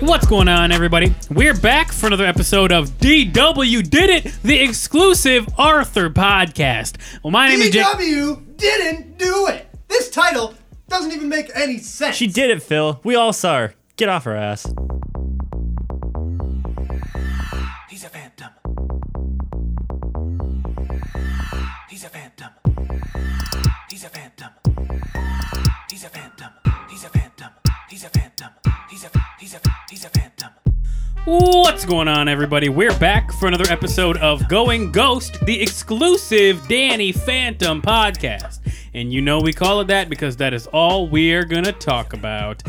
What's going on, everybody? We're back for another episode of DW Did It, the exclusive Arthur podcast. Well, my name is Jake. DW didn't do it. This title doesn't even make any sense. She did it, Phil. We all saw her. Get off her ass. He's a phantom. He's a phantom. He's a phantom. He's a phantom. He's a phantom. He's a phantom. He's a he's a he's a phantom. What's going on, everybody? We're back for another episode of Going Ghost, the exclusive Danny Phantom podcast. And you know we call it that because that is all we're going to talk about.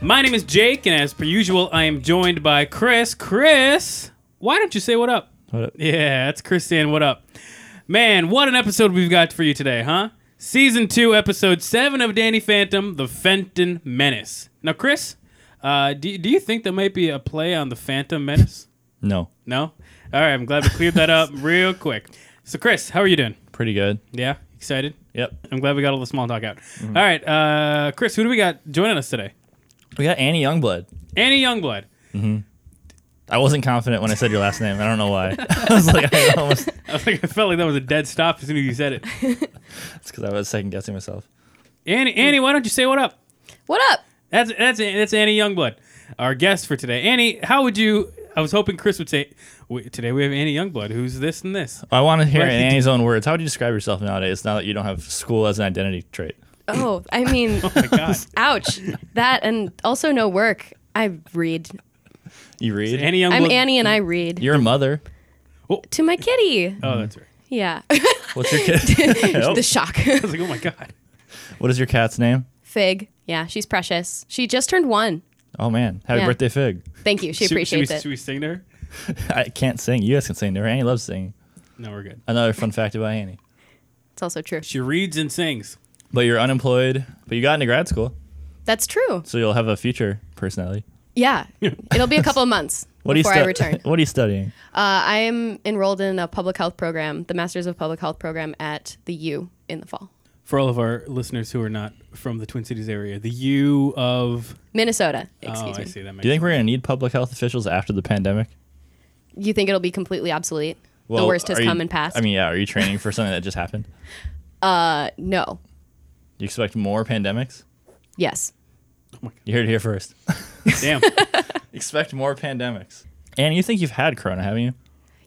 My name is Jake, and as per usual, I am joined by Chris. Chris, why don't you say what up? What up? Yeah, that's Chris saying what up. Man, what an episode we've got for you today, huh? Season 2, Episode 7 of Danny Phantom, The Fenton Menace. Now, Chris, uh, do, do you think there might be a play on The Phantom Menace? No. No? All right, I'm glad we cleared that up real quick. So, Chris, how are you doing? Pretty good. Yeah? Excited? Yep. I'm glad we got all the small talk out. All right, uh, Chris, who do we got joining us today? We got Annie Youngblood. Annie Youngblood. I wasn't confident when I said your last name. I don't know why. I was like, I almost. I was like, I felt like that was a dead stop as soon as you said it. It's because I was second guessing myself. Annie, Annie, why don't you say what up? What up? That's that's that's Annie Youngblood, our guest for today. Annie, how would you? I was hoping Chris would say we, today we have Annie Youngblood, who's this and this. I want to hear Right. in Annie's own words. How would you describe yourself nowadays now that you don't have school as an identity trait? Oh, I mean, My God, ouch. That and also no work. I read. You read? Annie Youngblood. I'm Annie and I read. Your mother. to my kitty. Oh, that's right. Yeah. What's your kid? Nope. the shock. I was like, oh my God. what is your cat's name? Fig. Yeah, she's precious. She just turned one. Oh man, happy Yeah. birthday, Fig! Thank you. She Should- should appreciates we- it. Should we sing to her? I can't sing. You guys can sing to her. Annie loves singing. No, we're good. Another fun fact about Annie. It's also true. She reads and sings. But you're unemployed. But you got into grad school, That's true. so you'll have a future personality. Yeah. It'll be a couple of months What before are you I stu- return. What are you studying? Uh, I am enrolled in a public health program, the Masters of Public Health program at the U in the fall. For all of our listeners who are not from the Twin Cities area, the U of Minnesota. oh, Excuse I me. see that. Makes Do you think we're gonna need public health officials after the pandemic? You think it'll be completely obsolete? Well, the worst has are you- come and passed? I mean, yeah. Are you training for something that just happened? no. You expect more pandemics? Yes. You heard it here first. damn. expect more pandemics. And you think you've had corona, haven't you?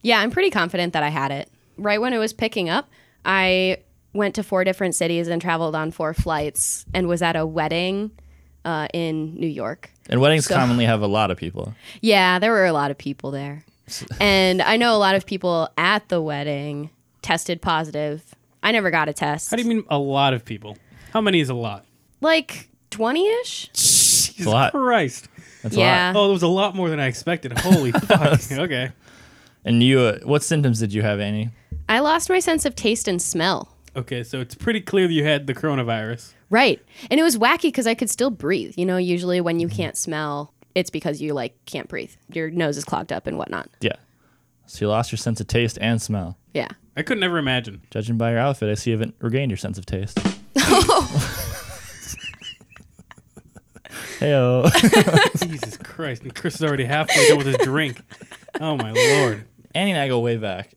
Yeah, I'm pretty confident that I had it. Right when it was picking up, I went to four different cities and traveled on four flights and was at a wedding uh, in New York. And weddings So- commonly have a lot of people. Yeah, there were a lot of people there. And I know a lot of people at the wedding tested positive. I never got a test. How do you mean a lot of people? How many is a lot? like 20 ish? a lot. Christ. That's a Yeah. lot. Oh, there was a lot more than I expected. Holy fuck. Okay. And you, uh, what symptoms did you have, Annie? I lost my sense of taste and smell. Okay, so it's pretty clear that you had the coronavirus. Right. And it was wacky because I could still breathe. You know, usually when you can't smell, it's because you like can't breathe. Your nose is clogged up and whatnot. Yeah. So you lost your sense of taste and smell. Yeah. I could never imagine. Judging by your outfit, I see you haven't regained your sense of taste. Oh. Heyo. Jesus Christ. And Chris is already halfway done with his drink. Oh, my Lord. Annie and I go way back.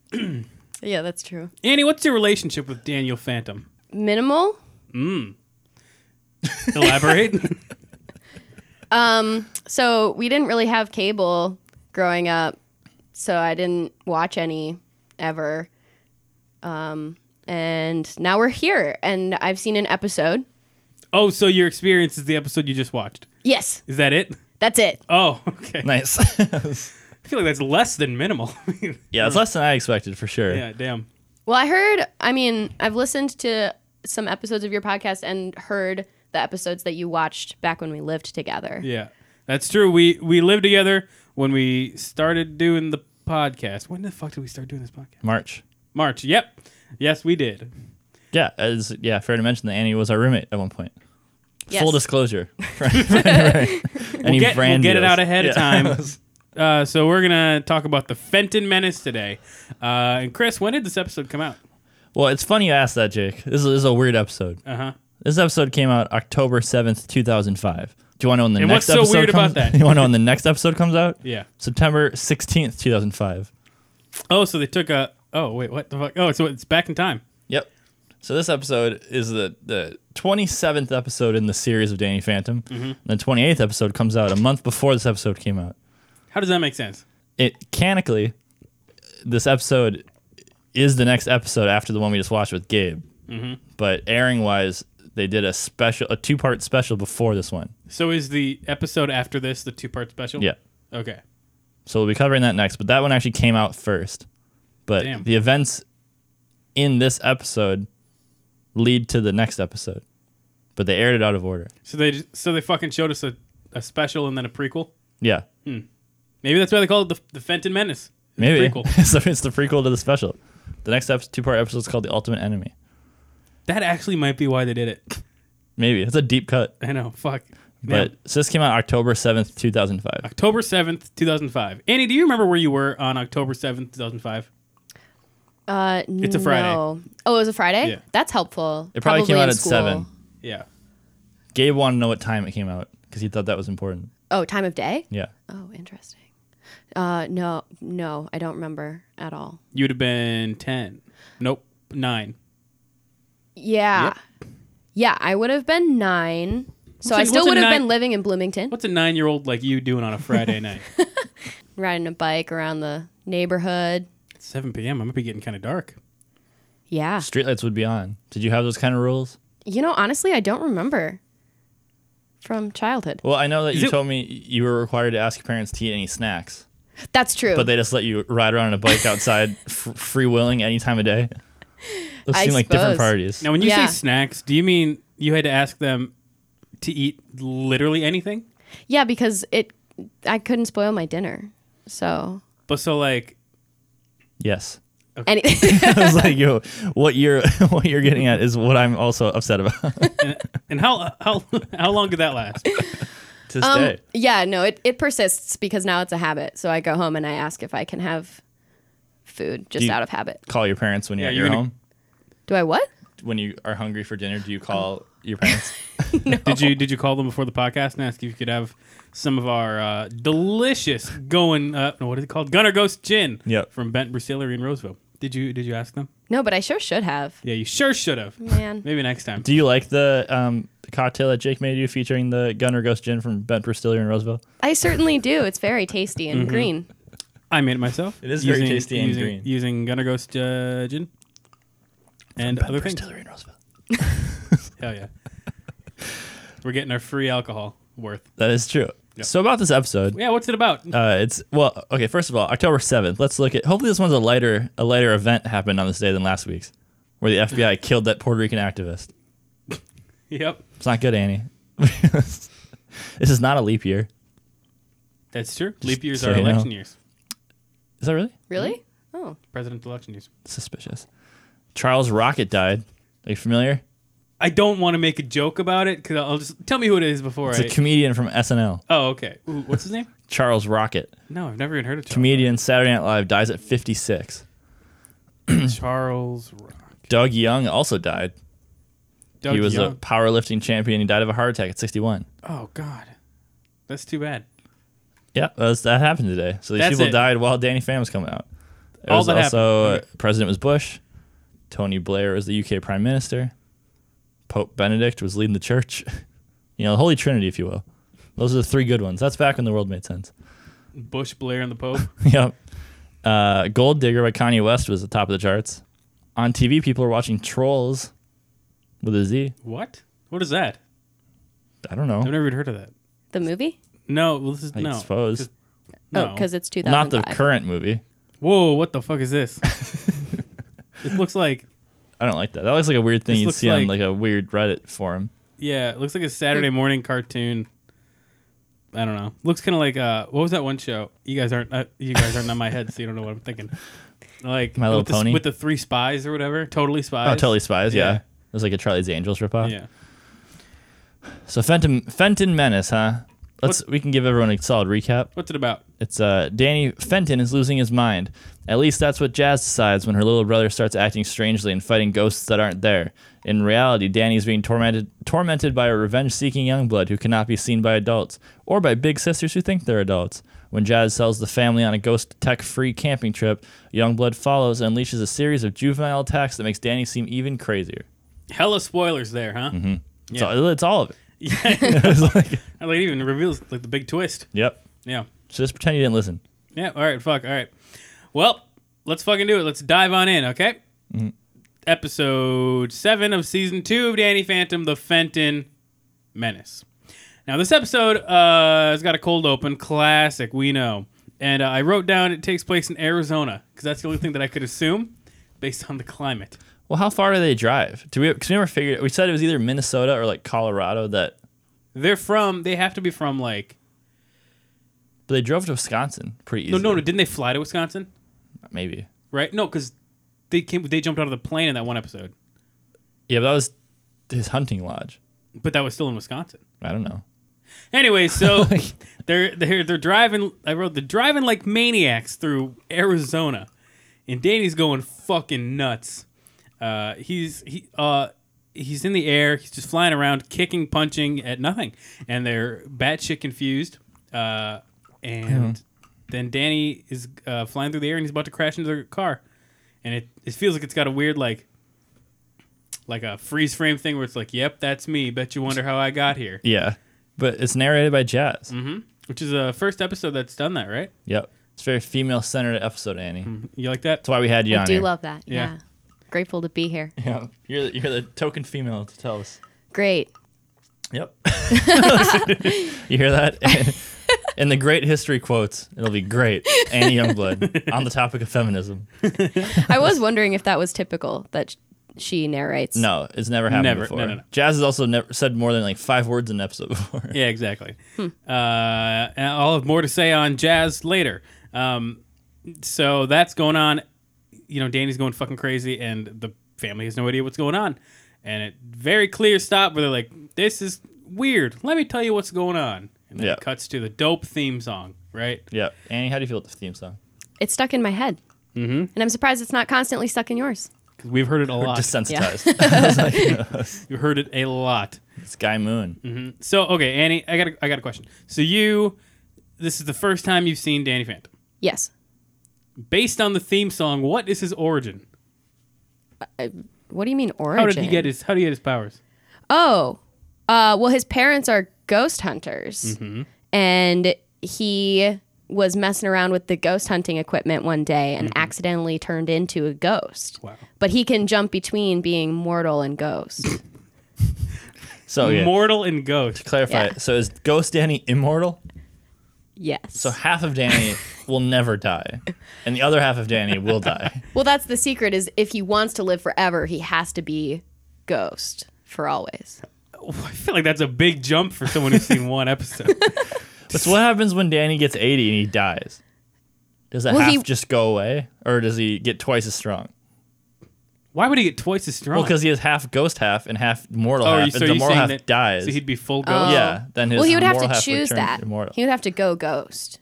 Yeah, that's true. Annie, what's your relationship with Daniel Phantom? Minimal. Elaborate. So we didn't really have cable growing up, so I didn't watch any ever. Um, and now we're here, and I've seen an episode. oh, so your experience is the episode you just watched. Yes, Is that it? that's it. Oh, okay. Nice. I feel like that's less than minimal. yeah, it's less than I expected for sure. Hmm. yeah, damn. Well, I heard, I mean, I've listened to some episodes of your podcast and heard the episodes that you watched back when we lived together. Yeah. That's true. We we lived together when we started doing the podcast. When the fuck did we start doing this podcast? March. March. Yep. Yes, we did. Yeah, as yeah, fair to mention that Annie was our roommate at one point. Yes. Full disclosure. Any We'll get, we'll brand get it deals. out ahead Yeah. of time. Uh, so we're gonna talk about the Fenton Menace today. Uh, and Chris, when did this episode come out? Well, it's funny you asked that, Jake. This is, this is a weird episode. Uh huh. This episode came out October 7th, 2005. Do you want to know when the And next what's so episode weird comes? about that? You want to know when the next episode comes out? Yeah. September sixteenth, two thousand five. Oh, so they took a. Oh wait, what the fuck? Oh, so it's back in time. Yep. So this episode is the the twenty seventh episode in the series of Danny Phantom. Mm-hmm. And the twenty eighth episode comes out a month before this episode came out. How does that make sense? It canically, this episode is the next episode after the one we just watched with Gabe. Mm-hmm. But airing wise, they did a special, a two part special before this one. So is the episode after this the two part special? Yeah. Okay. So we'll be covering that next. But that one actually came out first. But Damn. the events in this episode lead to the next episode. But they aired it out of order. So they just, so they fucking showed us a, a special and then a prequel. Yeah. Maybe that's why they call it the, the Fenton Menace. It's a Maybe. prequel. so it's the prequel to the special. The next ep- two part episode is called The Ultimate Enemy. That actually might be why they did it. Maybe. It's a deep cut. I know. Fuck. Man. But so this came out October 7th, 2005. October seventh, two thousand five. Annie, do you remember where you were on October seventh, two thousand five? Uh, It's a Friday. no. Oh, it was a Friday. Yeah. That's helpful. It probably, came out in at school. 7. Yeah. Gabe wanted to know what time it came out because he thought that was important. Oh, time of day. Yeah. Oh, interesting. Uh, no, no, I don't remember at all. You'd have been ten. Nope. Nine. Yeah, yeah, I would have been nine. So What's I a- still what's a would have nine- been living in Bloomington, What's a nine year old like you doing on a Friday night? riding a bike around the neighborhood. It's seven PM. I might be getting kinda dark. Yeah, Streetlights would be on. Did you have those kind of rules? you know, honestly, I don't remember from childhood. Well, I know that Is you it- told me you were required to ask your parents to eat any snacks, That's true. but they just let you ride around on a bike outside, f- free willing any time of day. Those I seem like different suppose. parties. Now when you Yeah. say snacks, do you mean you had to ask them to eat literally anything? yeah, because it, I couldn't spoil my dinner. So But so like Yes. any, I was like, yo, what you're what you're getting at is what I'm also upset about and how how how long did that last? to um, stay. yeah, no, it it persists because now it's a habit. So I go home and I ask if I can have food just you- out of habit. Call your parents when Yeah, you're at you're your gonna- home. Do I what? When you are hungry for dinner, do you call your parents? Did you did you call them before the podcast and ask if you could have some of our uh, delicious going uh, no, what is it called Gunner Ghost Gin? Yep. from Bent Bracillery in Roseville. Did you did you ask them? No, but I sure should have. Yeah, you sure should have. Man. Maybe next time. do you like the um, cocktail that Jake made you featuring the Gunner Ghost Gin from Bent Distillery in Roseville? I certainly do. It's very tasty and green. I made it myself. It is very tasty and using, green. Using Gunner Ghost uh, gin and other things. Distillery in Roseville. Hell yeah. We're getting our free alcohol worth. That is true. So about this episode, Yeah, what's it about? Uh, it's well, okay. First of all, October seventh. Let's look at. Hopefully, this one's a lighter, a lighter event happened on this day than last week's, where the FBI killed that Puerto Rican activist. yep, It's not good, Annie. this is not a leap year. that's true. Leap years so are you know. election years. Is that really Really? Oh, President election years. suspicious? Charles Rocket died. Are you familiar? I don't want to make a joke about it because I'll just tell me who it is before It's I. a comedian from SNL. oh, okay. Ooh, what's his name? Charles Rocket, No, I've never even heard of Charles. comedian, Saturday Night Live, dies at fifty six. Charles Rock. Doug Young also died. Doug he was a Young. powerlifting champion. He died of a heart attack at sixty one. Oh God, that's too bad. Yeah, that's, that happened today. So these That's people it. died while Danny Pham was coming out. It All was that happened. also uh, Okay. President was Bush. Tony Blair was the UK Prime Minister. Pope Benedict was leading the church. you know, the Holy Trinity, if you will. Those are the three good ones. That's back when the world made sense. Bush, Blair, and the Pope. yep. Uh, Gold Digger by Kanye West was at the top of the charts. On TV, people are watching Trolls with a Z. what? What is that? I don't I've know. never even heard of that. the movie? No, well, this is I no. suppose. Just- Oh, No. because it's Not 2005. the current movie. Whoa, what the fuck is this? it looks like I don't like that. That looks like a weird thing This you'd looks see on like- like a weird Reddit forum. yeah, it looks like a Saturday morning cartoon. I don't know. Looks kind of like uh, what was that one show? You guys aren't uh, you guys aren't on my head, so you don't know what I'm thinking. Like My Little with the, s- Pony? with the three spies or whatever. Totally spies. Oh, totally spies. Yeah. Yeah. It was like a Charlie's Angels ripoff. Yeah. So Fenton Fenton Menace, huh? Let's we can give everyone a solid recap. What's it about? It's uh, Danny Fenton is losing his mind. At least that's what Jazz decides when her little brother starts acting strangely and fighting ghosts that aren't there. In reality, Danny is being tormented tormented by a revenge-seeking youngblood who cannot be seen by adults or by big sisters who think they're adults. When Jazz sells the family on a ghost tech-free camping trip, Youngblood follows and unleashes a series of juvenile attacks that makes Danny seem even crazier. Hella spoilers there, huh? Mm-hmm. So it's all of it. Yeah. like it even reveals like the big twist. Yep. Yeah. So just pretend you didn't listen. Yeah. All right. Fuck. All right. Well, let's fucking do it. Let's dive on in. Okay. Episode seven of season two of Danny Phantom: The Fenton Menace. Now, this episode uh, has got a cold open, classic. We know, and uh, I wrote down it takes place in Arizona because that's the only thing that I could assume based on the climate. Well, how far do they drive? Do we? Because we never figured. We said it was either Minnesota or like Colorado. That They're from. They have to be from like. but they drove to Wisconsin pretty No, easily. no, no. Didn't they fly to Wisconsin? Maybe. Right? No, because they came. They jumped out of the plane in that one episode, Yeah, but that was his hunting lodge. but that was still in Wisconsin. I don't know. Anyway, so they're they're they're driving. I wrote the driving like maniacs through Arizona, and Danny's going fucking nuts. Uh, he's he uh he's in the air. He's just flying around, kicking, punching at nothing, and they're batshit confused. Uh, and then Danny is uh, flying through the air, and he's about to crash into their car, and it it feels like it's got a weird like. Like a freeze frame thing where it's like, "Yep, that's me." Bet you wonder how I got here Yeah, but it's narrated by Jazz. Mm-hmm. which is the first episode that's done that, right? Yep, it's a very female centered episode, Annie. That's You like that? why we had you I on. do here. love that. Yeah. Yeah. Grateful to be here. Yeah, you're the, you're the token female to tell us. Great. Yep. you hear that? In the great history quotes, it'll be great. Annie Youngblood on the topic of feminism. I was wondering if that was typical that sh- she narrates. No, it's never happened Never. before. No, no, no. Jazz has also never said more than like five words in an episode before. Yeah, exactly. Uh, and I'll have more to say on jazz later. Um, so that's going on. You know, Danny's going fucking crazy, and the family has no idea what's going on. And it very clear stop where they're like, "This is weird. Let me tell you what's going on." And then Yeah. it cuts to the dope theme song, right? Yeah. Annie, how do you feel about the theme song? It's stuck in my head. Mm-hmm. And I'm surprised it's not constantly stuck in yours. 'Cause We've heard it a lot. Desensitized. You heard it a lot. Sky Moon. So okay, Annie, I got a, I got a question. So you, this is the first time you've seen Danny Phantom. Yes. Based on the theme song, what is his origin? What do you mean origin? How did he get his How did he get his powers? Oh, uh, well, his parents are ghost hunters, and he was messing around with the ghost hunting equipment one day and accidentally turned into a ghost. Wow. But he can jump between being mortal and ghost. So Oh, yeah. Mortal and ghost. clarify. Yeah. So is Ghost Danny immortal? yes. So half of Danny will never die, and the other half of Danny will die. well, that's the secret: is if he wants to live forever, he has to be ghost for always. I feel like that's a big jump for someone who's seen one episode. So what happens when Danny gets 80 and he dies? Does that Well, half he- just go away, or does he get twice as strong? Why would he get twice as strong? Well, because he has half ghost half and half mortal oh, half. you, If so the you're mortal saying half that dies. So he'd be full ghost. yeah, then his Oh. well, he would have mortal to half choose returns that. immortal. He would have to go ghost.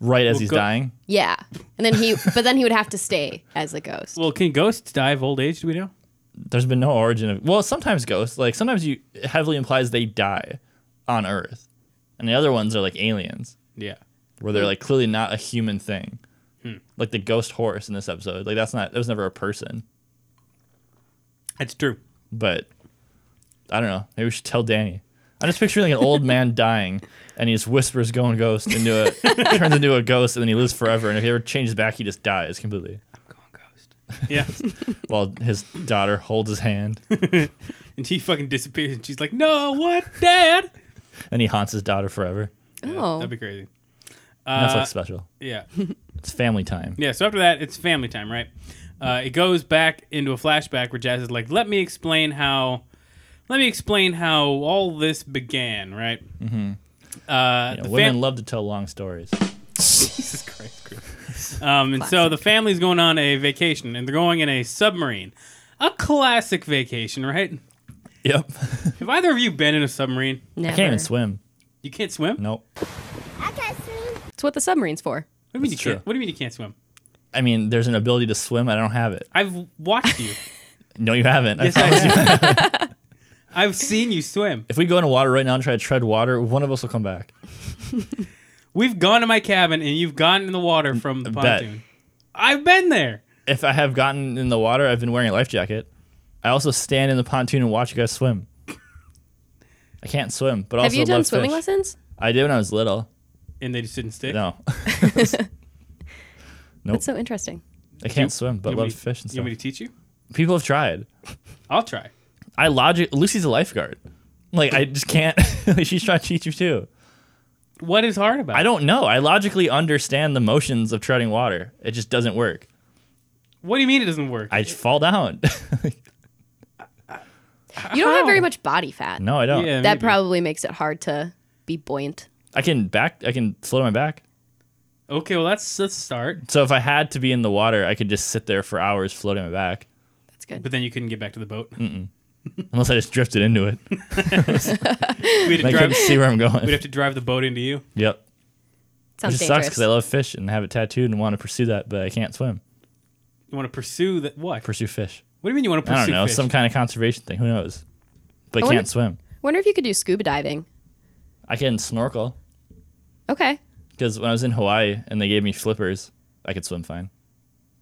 right as he's go- dying. Yeah, and then he, but then he would have to stay as a ghost. Well, can ghosts die of old age? Do we know? There's been no origin of. Well, sometimes ghosts, like sometimes you it heavily implies they die on Earth, and the other ones are like aliens, Yeah. where they're like clearly not a human thing, Hmm. like the ghost horse in this episode. Like that's not that was never a person, That's true. but I don't know. Maybe we should tell Danny. I'm just picturing like an old man dying, and he just whispers "going ghost" into a turns into a ghost, and then he lives forever. And if he ever changes back, he just dies completely. Yeah. While his daughter holds his hand, and he fucking disappears, and she's like, "No, what, Dad?" and he haunts his daughter forever. oh, That'd be crazy. Netflix Uh, special. Yeah. It's family time. Yeah, so after that, it's family time, right? Uh, it goes back into a flashback where Jazz is like, "Let me explain how, let me explain how all this began." Right? Mm-hmm. Uh, Yeah, the women fam- love to tell long stories. Jesus Christ, Chris. Um, and so the family's going on a vacation, and they're going in a submarine, a classic vacation, right? Yep. Have either of you been in a submarine? never. Can't even swim. You can't swim? Nope. It's what the submarine's for. What do you mean you That's can't? true. What do you mean you can't swim? I mean, there's an ability to swim. I don't have it. I've watched you. No, you haven't. yes, I have. I've seen you swim. if we go into water right now and try to tread water, one of us will come back. We've gone to my cabin and you've gone in the water from the Mm, bet. pontoon. I've been there. If I have gotten in the water, I've been wearing a life jacket. I also stand in the pontoon and watch you guys swim. I can't swim, but Have also you done love swimming fish. lessons? I did when I was little. And they just didn't stick. No, That's so interesting. I can't swim, but You want me love to- fish and You stuff. want me to teach you? People have tried. I'll try. I logic. Lucy's a lifeguard. Like I just can't. like, she's trying to teach you too. What is hard about I it? don't know. I logically understand the motions of treading water. It just doesn't work. What do you mean it doesn't work? I just fall down. You don't How? have very much body fat. no, I don't. Yeah, that maybe. probably makes it hard to be buoyant. I can back. I can float on my back. Okay, well let's let's start. So if I had to be in the water, I could just sit there for hours floating on my back, That's good. But then you couldn't get back to the boat. Mm. unless I just drifted into it. We'd, And I have to drive, couldn't see where I'm we'd going. have to drive the boat into you. Yep. It Sounds just sucks dangerous. because I love fish and have it tattooed and want to pursue that, but I can't swim. You want to pursue that? What? Pursue fish. what do you mean you want to pursue I don't know. fish? Some kind of conservation thing. Who knows? But I I wonder- can't swim. Wonder if you could do scuba diving. I can snorkel Okay. because when I was in Hawaii and they gave me flippers, I could swim fine.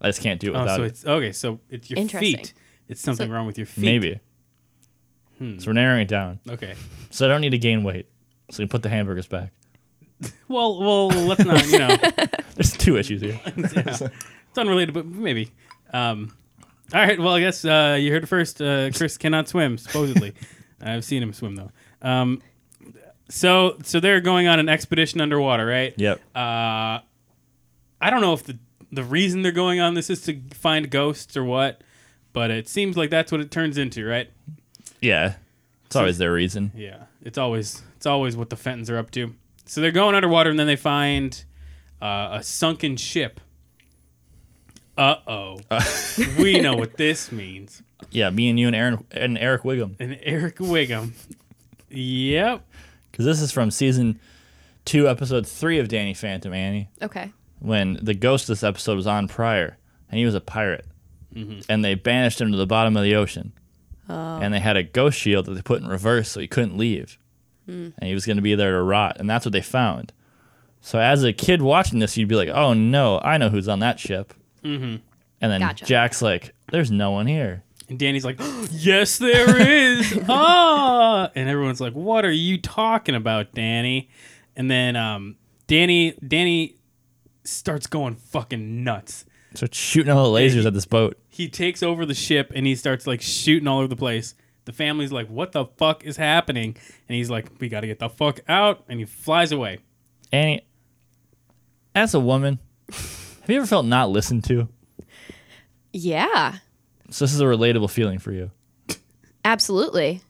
I just can't do it oh, without so it. it's okay. So it's your Interesting. feet. It's something So- wrong with your feet. Hmm. Maybe. So we're narrowing it down. Okay. So I don't need to gain weight. So we can put the hamburgers back. Well, well, let's not. You know, There's two issues here. it's unrelated, but maybe. Um, all right. Well, I guess uh, you heard it first. Uh, Chris cannot swim, supposedly. I've seen him swim though. Um, so, so they're going on an expedition underwater, right? yep. Uh, I don't know if the the reason they're going on this is to find ghosts or what, but it seems like that's what it turns into, right? Yeah. It's always their reason. Yeah, it's always it's always what the Fentons are up to. So they're going underwater, and then they find uh, a sunken ship. Uh oh, we know what this means. Yeah, me and you and Aaron and Eric Wiggum. And Eric Wiggum. Yep. Because this is from season two, episode three of Danny Phantom Annie, Okay. when the ghost of this episode was on prior, and he was a pirate. And they banished him to the bottom of the ocean. And they had a ghost shield that they put in reverse so he couldn't leave. And he was going to be there to rot. And that's what they found. So as a kid watching this, you'd be like, oh no, I know who's on that ship. Mm-hmm. And then Gotcha. Jack's like, there's no one here. And Danny's like, "Yes, there is." ah, and everyone's like, "What are you talking about, Danny?" And then um, Danny Danny starts going fucking nuts. So it's shooting all the lasers at this boat. He takes over the ship and he starts like shooting all over the place. The family's like, "What the fuck is happening?" And he's like, "We got to get the fuck out." And he flies away. Annie, as a woman, have you ever felt not listened to? Yeah. So this is a relatable feeling for you. Absolutely.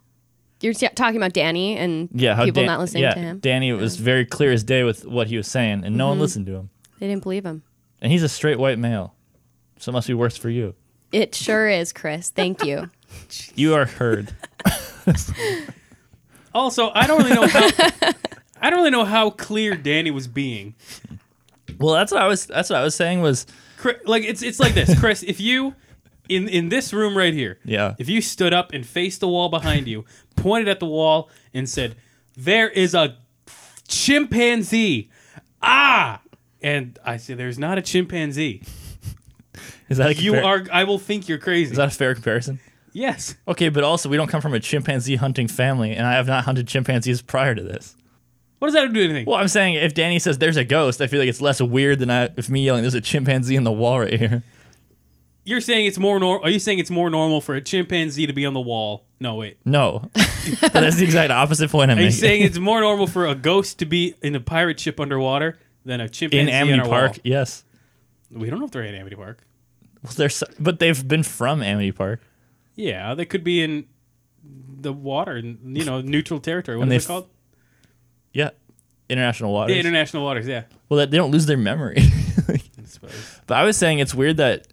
You're t- talking about Danny and Yeah, how people Dan- not listening yeah, to him. Mm-hmm. Danny was very clear as day with what he was saying, and no one listened to him. they didn't believe him. And he's a straight white male, so it must be worse for you. It sure is, Chris. Thank you. You are heard. Also, I don't really know how I don't really know how clear Danny was being. well, that's what I was. That's what I was saying was Chris, like it's it's like this, Chris. if you in in this room right here, Yeah. If you stood up and faced the wall behind you, pointed at the wall, and said, "There is a chimpanzee," ah, and I say, "There's not a chimpanzee." is that a You are. compar- I will think you're crazy. is that a fair comparison? yes. Okay, but also we don't come from a chimpanzee hunting family, and I have not hunted chimpanzees prior to this. What does that do to anything? Well, I'm saying if Danny says there's a ghost, I feel like it's less weird than I, if me yelling there's a chimpanzee in the wall right here. You're saying it's more normal. Are you saying it's more normal for a chimpanzee to be on the wall? No, wait. No, But that's the exact opposite point I'm Are you making. saying it's more normal for a ghost to be in a pirate ship underwater than a in chimpanzee on Amity our Park? Yes. Wall? We don't know if they're in Amity Park. Well, they're so, but they've been from Amity Park, Yeah, they could be in the water, n- you know, neutral territory. What And is it they f- called? yeah, international waters. The international waters. Yeah, well, that, they don't lose their memory. I suppose. but I was saying it's weird that.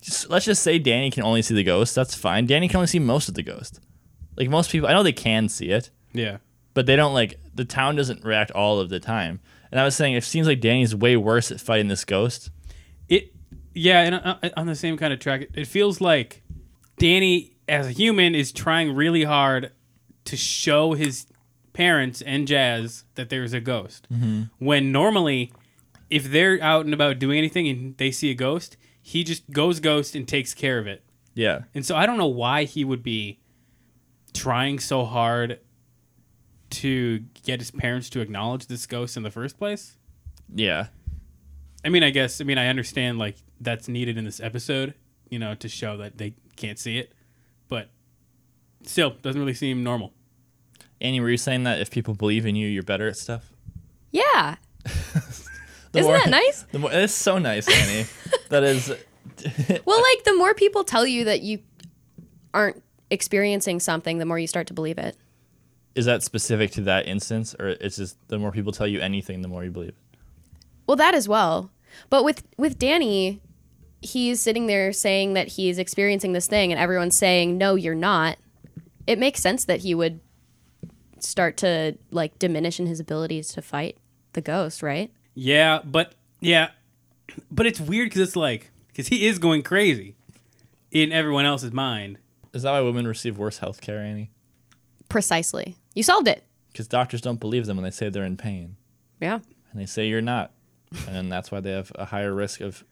Just, let's just say Danny can only see the ghost. That's fine. Danny can only see most of the ghost. Like most people, I know they can see it, Yeah, but they don't like the town doesn't react all of the time. And I was saying, it seems like Danny's way worse at fighting this ghost. It, yeah, and uh, uh, on the same kind of track, it- it feels like Danny, as a human, is trying really hard to show his parents and Jazz that there's a ghost. When normally, if they're out and about doing anything and they see a ghost, he just goes ghost and takes care of it. Yeah, And so I don't know why he would be trying so hard to get his parents to acknowledge this ghost in the first place. yeah, I mean, I guess, I mean, I understand like that's needed in this episode, you know, to show that they can't see it, but still doesn't really seem normal. Annie, were you saying that if people believe in you, you're better at stuff? Yeah. The Isn't that nice? The more, it's so nice, Annie. that is, Well, like the more people tell you that you aren't experiencing something, the more you start to believe it. is that specific to that instance, or it's just the more people tell you anything, the more you believe it? Well, that as well. But with with Danny, he's sitting there saying that he's experiencing this thing and everyone's saying, "No, you're not." It makes sense that he would start to like diminish in his abilities to fight the ghost, right? Yeah, but yeah, but it's weird because it's like, because he is going crazy in everyone else's mind. Is that why women receive worse health care, Annie? Precisely. You solved it. Because doctors don't believe them when they say they're in pain, Yeah. and they say you're not, and that's why they have a higher risk of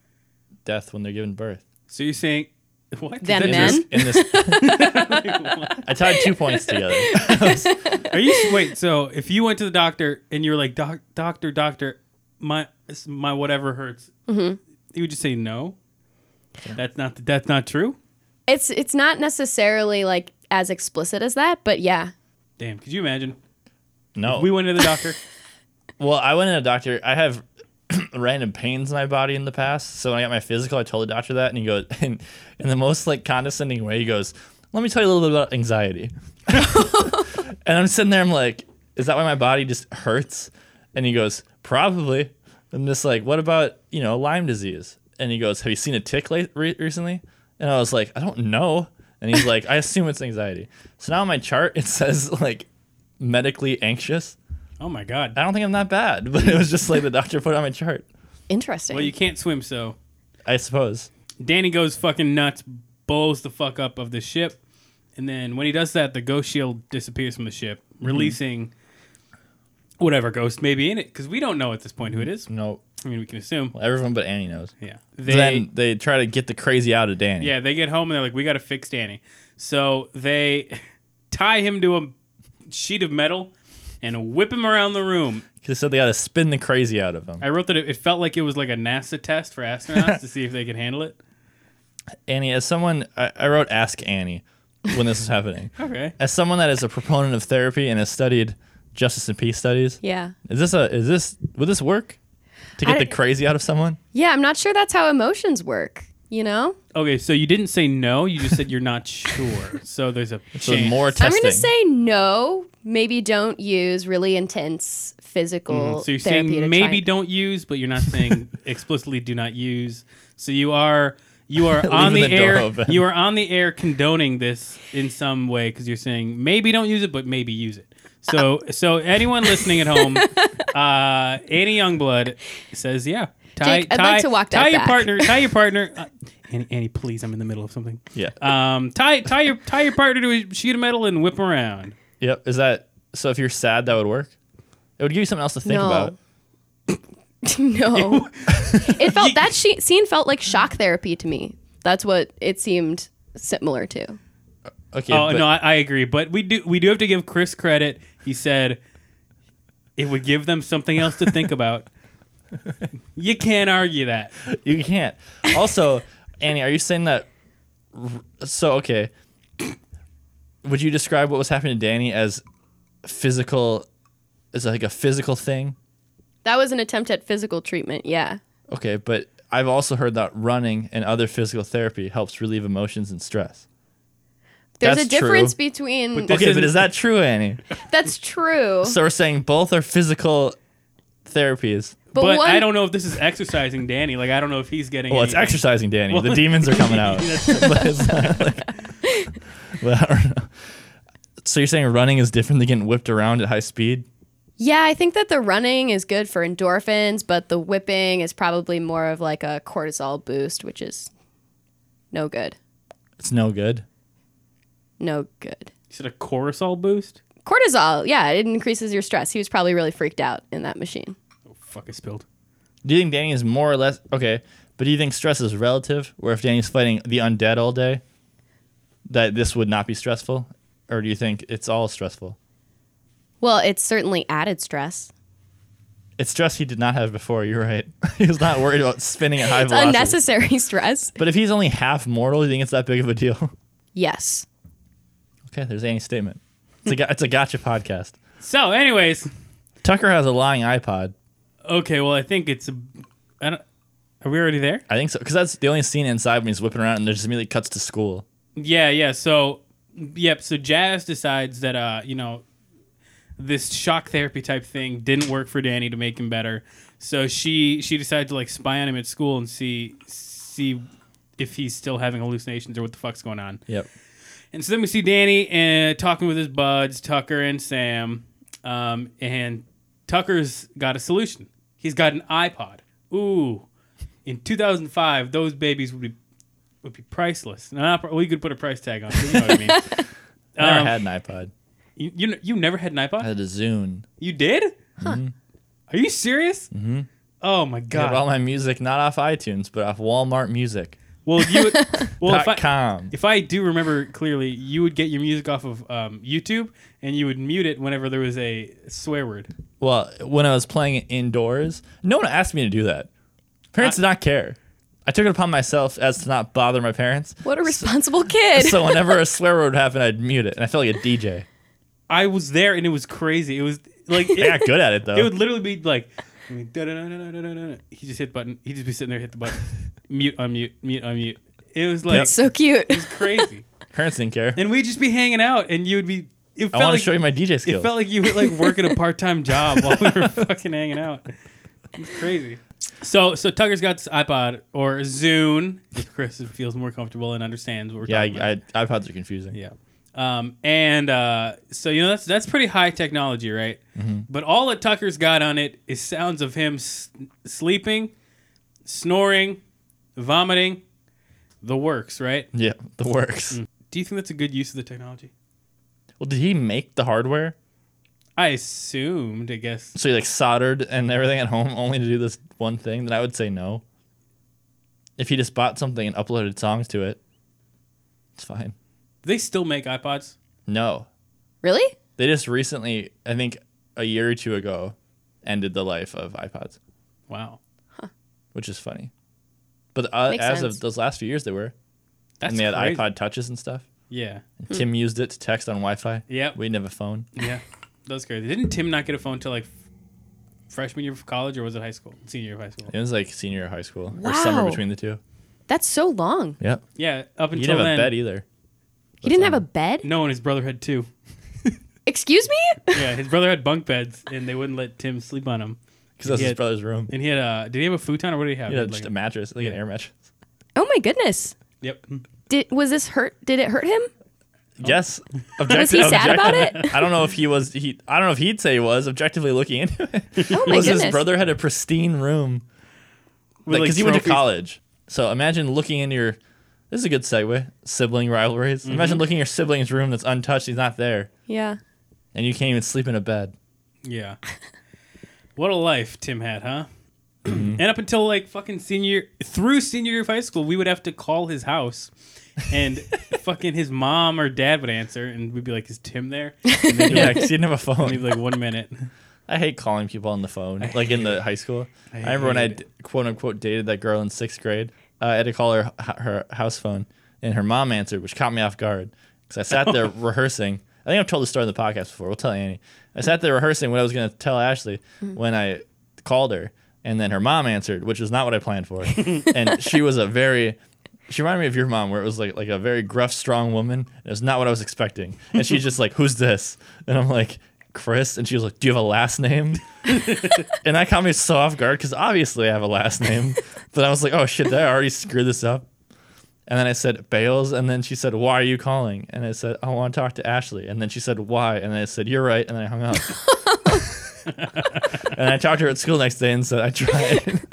death when they're given birth. So you're saying, what? Then Is In that- men? this, in this, I tied two points together. Are you wait? So if you went to the doctor and you were like, Doc, doctor, doctor, my my whatever hurts, mm-hmm. you would just say no. That's not that's not true. It's it's not necessarily like as explicit as that, but yeah. Damn, could you imagine? No, We went to the doctor. Well, I went to a doctor. I have random pains in my body in the past. So when I got my physical, I told the doctor that, and he goes, and in the most like condescending way, he goes, "Let me tell you a little bit about anxiety." and I'm sitting there, I'm like, "Is that why my body just hurts?" And he goes, "Probably." I'm just like, "What about you know Lyme disease?" And he goes, "Have you seen a tick late re- recently?" And I was like, "I don't know." And he's like, "I assume it's anxiety." So now on my chart, it says like medically anxious. oh my god. I don't think I'm that bad, but it was just like the doctor put it on my chart. Interesting. Well, you can't swim, so I suppose. Danny goes fucking nuts, blows the fuck up of the ship, and then when he does that, the ghost shield disappears from the ship, Mm-hmm. releasing whatever ghost may be in it. Because we don't know at this point who it is. No, I mean, we can assume. well, everyone but Annie knows. Yeah. then they try to get the crazy out of Danny. Yeah, they get home and they're like, "We got to fix Danny." So they tie him to a sheet of metal and whip him around the room. They said they got to spin the crazy out of him. I wrote that it, it felt like it was like a NASA test for astronauts to see if they could handle it. Annie, as someone, I, I wrote Ask Annie when this was happening. Okay. As someone that is a proponent of therapy and has studied justice and peace studies, yeah. is this a, is this, would this work? To get I- the crazy out of someone? Yeah, I'm not sure that's how emotions work, you know? Okay, so you didn't say no. You just said you're not sure. So there's a So chance. more I'm testing. going to say no. Maybe don't use really intense physical Mm-hmm. So you're therapy. to saying maybe try- don't use, but you're not saying explicitly do not use. So you are you are on the, Leaving the door air. open. You are on the air condoning this in some way because you're saying maybe don't use it, but maybe use it. So so anyone listening at home, uh, Annie Youngblood says, yeah. Tie, Jake, I'd like to walk that tie your back. partner. Tie your partner. Uh, Annie, Annie, please, I'm in the middle of something. Yeah. Um, tie tie your tie your partner to a sheet of metal and whip 'em around. Yep. Is that, so if you're sad, that would work? It would give you something else to think No. about. no. it felt that she- scene felt like shock therapy to me. That's what it seemed similar to. Okay. Oh but- no, I, I agree. But we do we do have to give Chris credit. He said it would give them something else to think about. you can't argue that. You can't. Also, Annie, are you saying that? So okay, would you describe what was happening to Danny as physical? Is like a physical thing? That was an attempt at physical treatment. Yeah. Okay, but I've also heard that running and other physical therapy helps relieve emotions and stress. There's That's a difference true. between This Okay, but isn't- is that true, Annie? that's true. So we're saying both are physical therapies. but, But one I don't know if this is exercising Danny. Like I don't know if he's getting Well, it's any- exercising, Danny. Well, the demons are coming out. but it's not like- but I don't know. So you're saying running is different than getting whipped around at high speed? Yeah, I think that the running is good for endorphins, but the whipping is probably more of like a cortisol boost, which is no good. It's no good. No good. Is it a cortisol boost? Cortisol, yeah, it increases your stress. He was probably really freaked out in that machine. Oh, fuck, I spilled. Do you think Danny is more or less okay? But do you think stress is relative? Where if Danny's fighting the undead all day, that this would not be stressful, or do you think it's all stressful? Well, it's certainly added stress. It's stress he did not have before. You're right. he was not worried about spinning at high It's velocity. unnecessary stress. But if he's only half mortal, do you think it's that big of a deal? Yes. okay, there's Annie's statement. It's a, go- it's a gotcha podcast. So, anyways, Tucker has a lying iPod. okay. Well, I think it's. a- I don't. Are we already there? I think so because that's the only scene inside when he's whipping around and there's just immediately cuts to school. Yeah, yeah. So, yep. So Jazz decides that uh, you know, this shock therapy type thing didn't work for Danny to make him better. So she she decided to like spy on him at school and see see if he's still having hallucinations or what the fuck's going on. Yep. And so then we see Danny uh, talking with his buds, Tucker and Sam. Um, and Tucker's got a solution. He's got an iPod. Ooh, in 2005, those babies would be would be priceless. Not, pri- well, you could put a price tag on. it, You know what I mean? I never Um, had an iPod. you, you n- you never had an iPod? I had a Zune. you did? Are you serious? Mm-hmm. Oh my I have god. all my music not off iTunes but off Walmart Music. well, you well if dot I, com. if I do remember clearly, you would get your music off of um, YouTube and you would mute it whenever there was a swear word. Well, when I was playing it indoors, no one asked me to do that. Parents did not care. I took it upon myself as to not bother my parents. What a responsible kid. So whenever a swear word happened, I'd mute it, and I felt like a DJ. I was there and it was crazy. It was like it, I got good at it it though. would literally be like "Da-da-da-da-da-da-da-da." he just hit button. He'd just be sitting there, hit the button, mute, unmute, mute, unmute. It was like Yep. so cute. crazy, Parents didn't care. and we'd just be hanging out, and you would be. It I felt want like to show you my DJ it skills. felt like you were like working a part time job while we were fucking hanging out. It's crazy. So so Tucker's got this iPod or Zune if Chris feels more comfortable and understands what we're yeah, talking about. I, I, iPods are confusing. Oh Yeah. Um, and uh, so you know that's that's pretty high technology, right? Mm-hmm. But all that Tucker's got on it is sounds of him s- sleeping, snoring, vomiting, the works, right? Yeah, the works. Do you think that's a good use of the technology? Well, did he make the hardware? I assumed, I guess. So he like soldered Mm-hmm. and everything at home only to do this one thing? Then I would say no. If he just bought something and uploaded songs to it, it's fine. Do they still make iPods? No, really? They just recently, I think a year or two ago, ended the life of iPods, Wow, which is funny. But uh, Makes as sense. of those last few years, they were. that's and they had crazy. iPod touches and stuff. Yeah, And Tim used it to text on Wi Fi. Yep. We didn't have a phone. yeah, that's crazy. Didn't Tim not get a phone till like freshman year of college, or was it high school, senior year of high school? It was like senior of high school or somewhere Wow. between the two. That's so long. Yep. Yeah, up You until didn't have then, a bed either. He didn't have a bed? no, and his brother had two. Excuse me? Yeah, his brother had bunk beds, and they wouldn't let Tim sleep on them. Because that's Yeah. his brother's room. And he had a did he have a futon or what did he have? You know, He had just like a mattress, like an air mattress. Oh my goodness. a- yep. Did was this hurt? Did it hurt him? Yes. Was he Objective- sad about objective- it? I don't know if he was. He. I don't know if he'd say he was objectively looking into it. Oh my was goodness. his brother had a pristine room because With, like, he went to trophies. college. So imagine looking in your. This is a good segue. Sibling rivalries. Mm-hmm. Imagine looking in your sibling's room that's untouched. He's not there, Yeah. and you can't even sleep in a bed. Yeah. what a life Tim had, huh? Mm-hmm. and up until like fucking senior through senior year of high school, we would have to call his house, and fucking his mom or dad would answer, and we'd be like, "Is Tim there?" And they'd be Yeah, like, 'cause he didn't have a he'd be phone. like, "One minute." I hate calling people on the phone, like in the high school. I, remember when I hate d- quote unquote dated that girl in sixth grade. Uh, I had to call her her house phone, and her mom answered, which caught me off guard because I sat there rehearsing. I think I've told the story on the podcast before. We'll tell Annie. I sat there rehearsing what I was going to tell Ashley when I called her, and then her mom answered, which was not what I planned for. and she was a very she reminded me of your mom, where it was like like a very gruff, strong woman. and It was not what I was expecting, and she's just like, "Who's this?" And I'm like, "Chris." And she was like, "Do you have a last name?" and that caught me so off guard because obviously I have a last name, but I was like, "Oh shit, did I already screwed this up?" And then I said Bales, and then she said, "Why are you calling?" And I said, "I want to talk to Ashley." And then she said, "Why?" And I said, "You're right." And then I hung up. And I talked to her at school next day and said, I tried.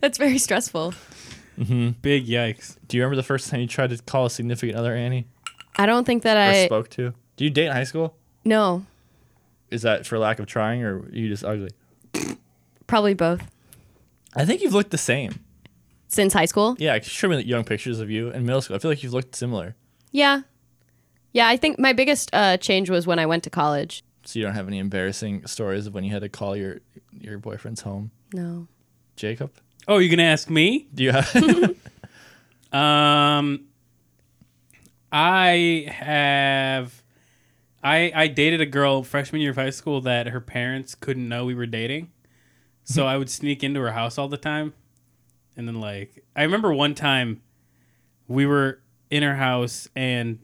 That's very stressful. Big yikes. Do you remember the first time you tried to call a significant other Annie I don't think that or I spoke to? Do you date in high school? no, Is that for lack of trying or are you just ugly? probably both. I think you've looked the same. Since high school? Yeah, show me young pictures of you in middle school. I feel like you've looked similar. Yeah. Yeah, I think my biggest uh, change was when I went to college. So you don't have any embarrassing stories of when you had to call your your boyfriend's home, No. Jacob? Oh, you gonna ask me? Do you have? Um, I have. I I dated a girl freshman year of high school that her parents couldn't know we were dating, so I would sneak into her house all the time, and then like I remember one time, we were in her house and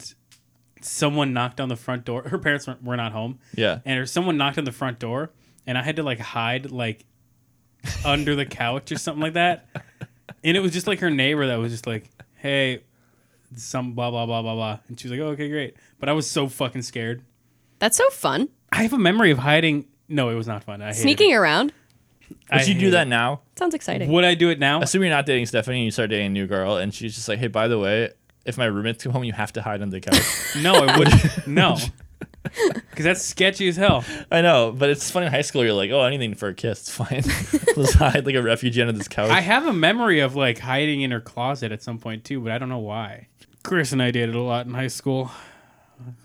someone knocked on the front door. Her parents weren't- were not home, yeah. and or someone knocked on the front door and I had to like hide like under the couch or something like that. And it was just like her neighbor that was just like, "Hey, some blah blah blah blah blah," and she was like, oh, "Okay, great." But I was so fucking scared. That's so fun. I have a memory of hiding. No, it was not fun. I hated Sneaking It. around. I Would you do hated that it. now? Sounds exciting. Would I do it now? Assume you're not dating Stephanie and you start dating a new girl, and she's just like, "Hey, by the way, if my roommates come home, you have to hide under the couch." No, I wouldn't. no, because that's sketchy as hell. I know, but it's funny. In high school, you're like, "Oh, anything for a kiss, it's fine." Let's hide like a refugee under this couch. I have a memory of like hiding in her closet at some point too, but I don't know why. Chris and I dated a lot in high school.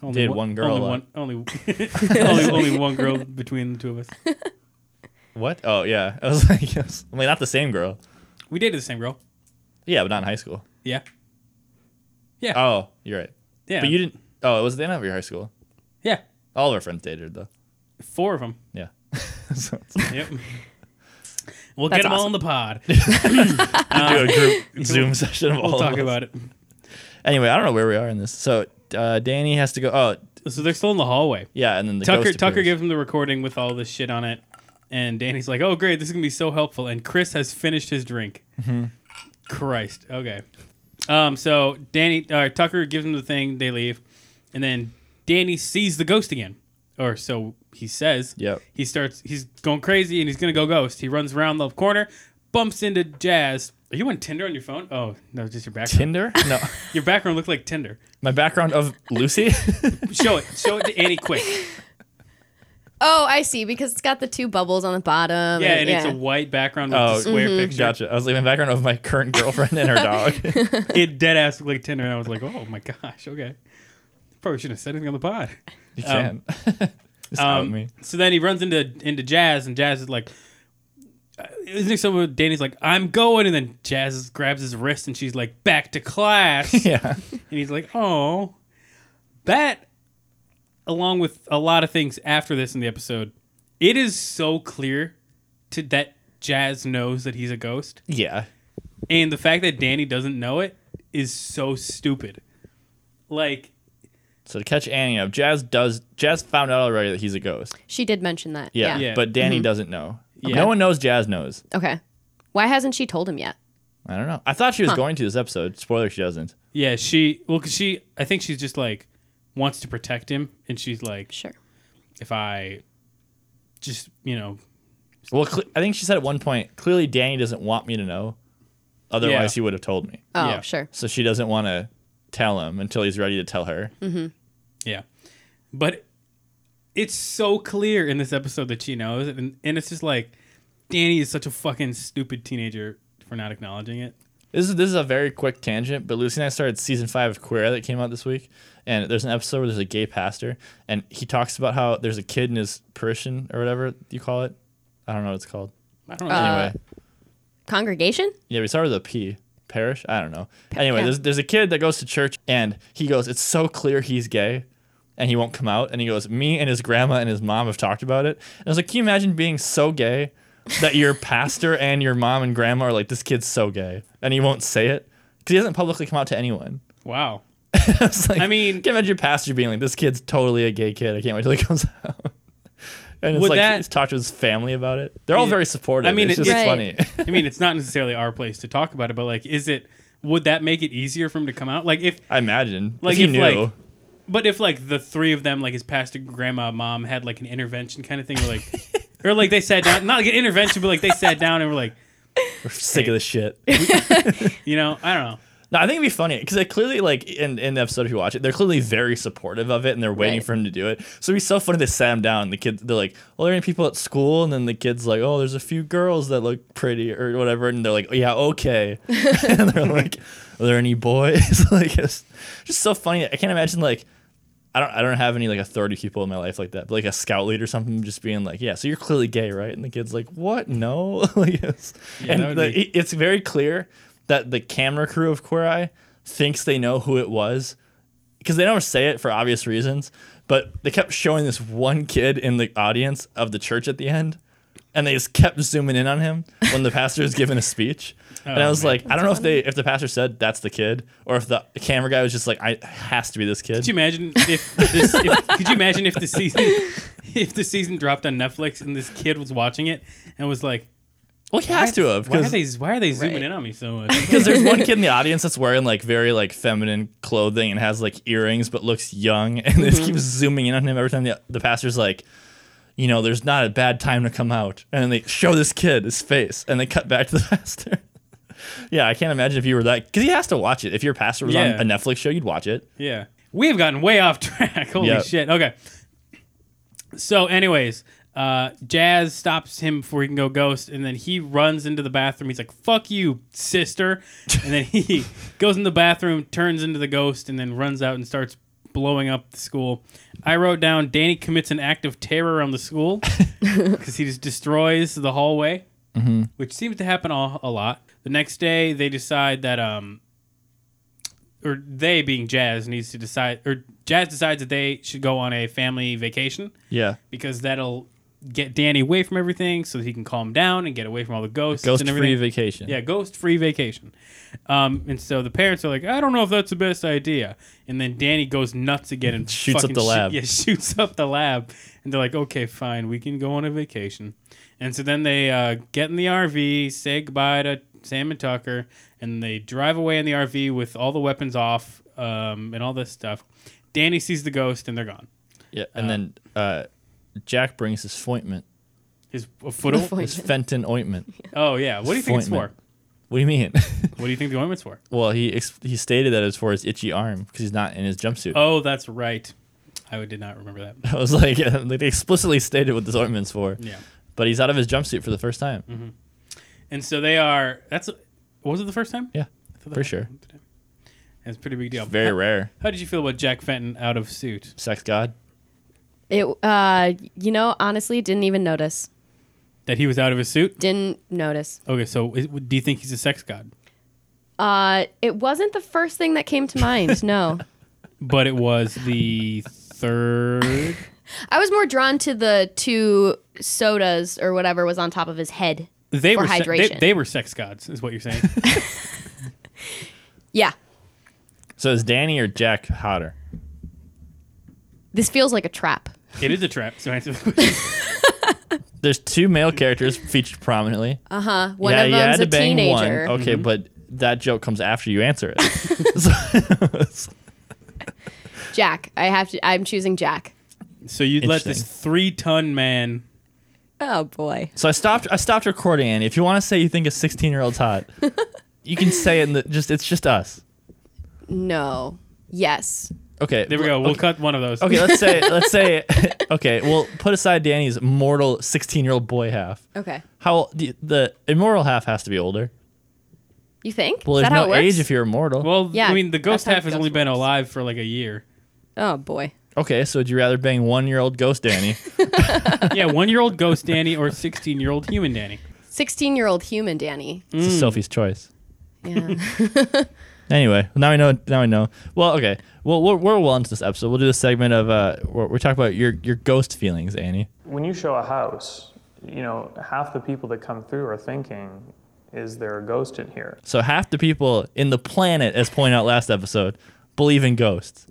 Only Dated one girl Only a one. lot. Only, only, only one girl between the two of us. what? Oh yeah, I was like, yes. I'm like, not the same girl. We dated the same girl. Yeah, but not in high school. Yeah. Oh, you're right. Yeah. But you didn't. Oh, it was the end of your high school. Yeah. All of our friends dated though. Four of them. Yeah. So it's- Yep. We'll get That's them all awesome. in the pod. do a group Zoom session of all We'll of talk us. about it. Anyway, I don't know where we are in this. So uh, Danny has to go. Oh, So they're still in the hallway. yeah, and then the Tucker ghost Tucker appears. gives him the recording with all this shit on it, and Danny's like, "Oh, great, this is gonna be so helpful." And Chris has finished his drink. Mm-hmm. Christ. Okay. Um. So Danny, uh, Tucker gives him the thing. They leave, and then Danny sees the ghost again, or so he says. Yep. He starts. He's going crazy, and he's gonna go ghost. He runs around the corner, bumps into Jazz. Are you on Tinder on your phone? Oh no, just your background. Tinder. No, Your background looked like Tinder. my background of Lucy. Show it. Show it to Annie quick. oh, I see, because it's got the two bubbles on the bottom. Yeah, and it's a white background with Oh, the square picture. Gotcha. I was like my background of my current girlfriend and her dog. it dead ass looked like Tinder, and I was like, oh my gosh, okay. Probably shouldn't have said anything on the pod. You can. Just out Um, me. So then he runs into into Jazz, and Jazz is like, uh, isn't there someone? with Danny's like, I'm going, and then Jazz grabs his wrist, and she's like, back to class, and Yeah. he's like, oh, that, along with a lot of things after this in the episode, it is so clear to that Jazz knows that he's a ghost. Yeah. And the fact that Danny doesn't know it is so stupid. Like, So to catch Annie up, Jazz does. Jazz found out already that he's a ghost. She did mention that. Yeah. Yeah. Yeah. But Danny doesn't know. Yeah. No one knows. Jazz knows. Okay. Why hasn't she told him yet? I don't know. I thought she was going to this episode. Spoiler: She doesn't. yeah, she, well, 'cause she, I think she's just like, wants to protect him. And she's like, Sure. if I just, you know, Well, cle I think she said at one point, clearly Danny doesn't want me to know. Otherwise, Yeah. he would have told me. Oh, Yeah. sure. So she doesn't want to tell him until he's ready to tell her. yeah. But it's so clear in this episode that she knows. And, and it's just like, Danny is such a fucking stupid teenager for not acknowledging it. This is this is a very quick tangent, but Lucy and I started season five of Queer Eye that came out this week, and there's an episode where there's a gay pastor, and he talks about how there's a kid in his parishon or whatever you call it. I don't know what it's called. I don't know. Anyway, Congregation? Yeah, we started with a P. Parish? I don't know. Anyway, yeah. there's, there's a kid that goes to church and he goes, It's so clear he's gay and he won't come out. And he goes, Me and his grandma and his mom have talked about it. And I was like, Can you imagine being so gay that your pastor and your mom and grandma are like, This kid's so gay and he won't say it? Because he doesn't publicly come out to anyone. wow. I, was like, I mean- can you imagine your pastor being like, This kid's totally a gay kid. I can't wait till he comes out. And it's Would like that- he's talked to his family about it. They're all Yeah. very supportive. I mean, it's it- just Right. funny. I mean, it's not necessarily our place to talk about it, but like, is it, would that make it easier for him to come out? Like, if, I imagine. Like, if he if, knew. like, But if like the three of them, like his pastor, grandma, mom, had like an intervention kind of thing, where like or like they sat down, not like an intervention, but like they sat down and were like, We're sick of this shit. you know, I don't know. No, I think it'd be funny because they clearly like in, in the episode if you watch it, they're clearly very supportive of it and they're waiting Right. for him to do it. So it'd be so funny they sat him down. And the kids they're like, "Well, there are any people at school?" And then the kids like, "Oh, there's a few girls that look pretty or whatever." And they're like, oh, "Yeah, okay." and they're like, "Are there any boys?" like it's just so funny. I can't imagine like I don't I don't have any like authority people in my life like that, but like a scout leader or something just being like, Yeah, so you're clearly gay, right? And the kid's like, What? No? like it's, that would and the, be- it- it's very clear that the camera crew of Queer Eye thinks they know who it was because they don't say it for obvious reasons, but they kept showing this one kid in the audience of the church at the end. And they just kept zooming in on him when the pastor was giving a speech, Oh, and I was like, I don't know if they if the pastor said that's the kid, or if the camera guy was just like, I it has to be this kid. Could you imagine if this? if, could you imagine if the season, if the season dropped on Netflix and this kid was watching it and was like, Well, he has to have why are because they why are they zooming Right. in on me so much? because there's one kid in the audience that's wearing like very like feminine clothing and has like earrings but looks young and they Mm-hmm. just keep zooming in on him every time the, the pastor's like you know there's not a bad time to come out and then they show this kid his face and they cut back to the pastor yeah i can't imagine if you were that because he has to watch it if your pastor was Yeah. on a netflix show you'd watch it Yeah. We have gotten way off track. Holy Yeah. shit. Okay. So, anyways, uh, Jazz stops him before he can go ghost, and then he runs into the bathroom. He's like, fuck you, sister. And then he goes in the bathroom, turns into the ghost, and then runs out and starts blowing up the school. I wrote down Danny commits an act of terror on the school because he just destroys the hallway, which seems to happen a, a lot. The next day, they decide that um, or they being Jazz needs to decide, or Jazz decides that they should go on a family vacation yeah because that'll get Danny away from everything so that he can calm down and get away from all the ghosts ghost and free everything. vacation yeah, ghost free vacation. Um, and so the parents are like, I don't know if that's the best idea. And then Danny goes nuts again and Shoots up fucking the shoo- lab. yeah, shoots up the lab. And they're like, okay, fine, we can go on a vacation. And so then they uh, get in the RV, say goodbye to Sam and Tucker, and they drive away in the RV with all the weapons off um, and all this stuff. Danny sees the ghost and they're gone. yeah and then uh, jack brings his ointment His a foot. o- Foot. his fenton ointment Oh yeah. What do you think it's for? Ointment. what do you mean What do you think the ointment's for? Well, he ex- he stated that it's for his itchy arm because he's not in his jumpsuit. Oh, that's right. I did not remember that. I was like, they explicitly stated what this ointment's for. Yeah. Mm-hmm. But he's out of his jumpsuit for the first time. And so they are. That's was it the first time? Yeah, For for sure. That's a pretty big deal. Very how, rare. How did you feel about Jack Fenton out of suit? Sex god. It, uh, you know, honestly, didn't even notice. That he was out of his suit. Didn't notice. Okay, so is, do you think he's a sex god? Uh, it wasn't the first thing that came to mind. No, But it was the third. I was more drawn to the two sodas or whatever was on top of his head. They For were se- they, hydration. they were sex gods, is what you're saying. Yeah, So is Danny or Jack hotter? this feels like a trap. it is a trap. So answer the question. There's two male characters featured prominently. One yeah, of you had them's to a bang teenager. one. Mm-hmm. Okay, but that joke comes after you answer it. So- Jack. I have to. I'm choosing Jack. So you let this three-ton man. Oh boy. So I stopped. I stopped recording. And if you want to say you think a 16 year old's hot, you can say it. In the, just it's just us. No. Yes. Okay. There we go. We'll cut one of those. Okay, let's say let's say okay. Well, put aside Danny's mortal sixteen-year-old boy half. Okay. How the, the immortal half has to be older. You think? Well, is there's that how no it works? age if you're immortal. Well, Yeah, I mean, the that's ghost how half has ghost only been works. alive for like a year. oh boy. okay, so would you rather bang one-year-old ghost Danny? yeah, one-year-old ghost Danny or sixteen-year-old human Danny. Sixteen-year-old human Danny. It's a Sophie's choice. Yeah. Anyway, now I know. Now I know. Well, okay. Well, we're, we're well into this episode. We'll do a segment of uh, we're, we're talking about your your ghost feelings, Annie. when you show a house, you know, half the people that come through are thinking, is there a ghost in here? So half the people in the planet, as pointed out last episode, believe in ghosts.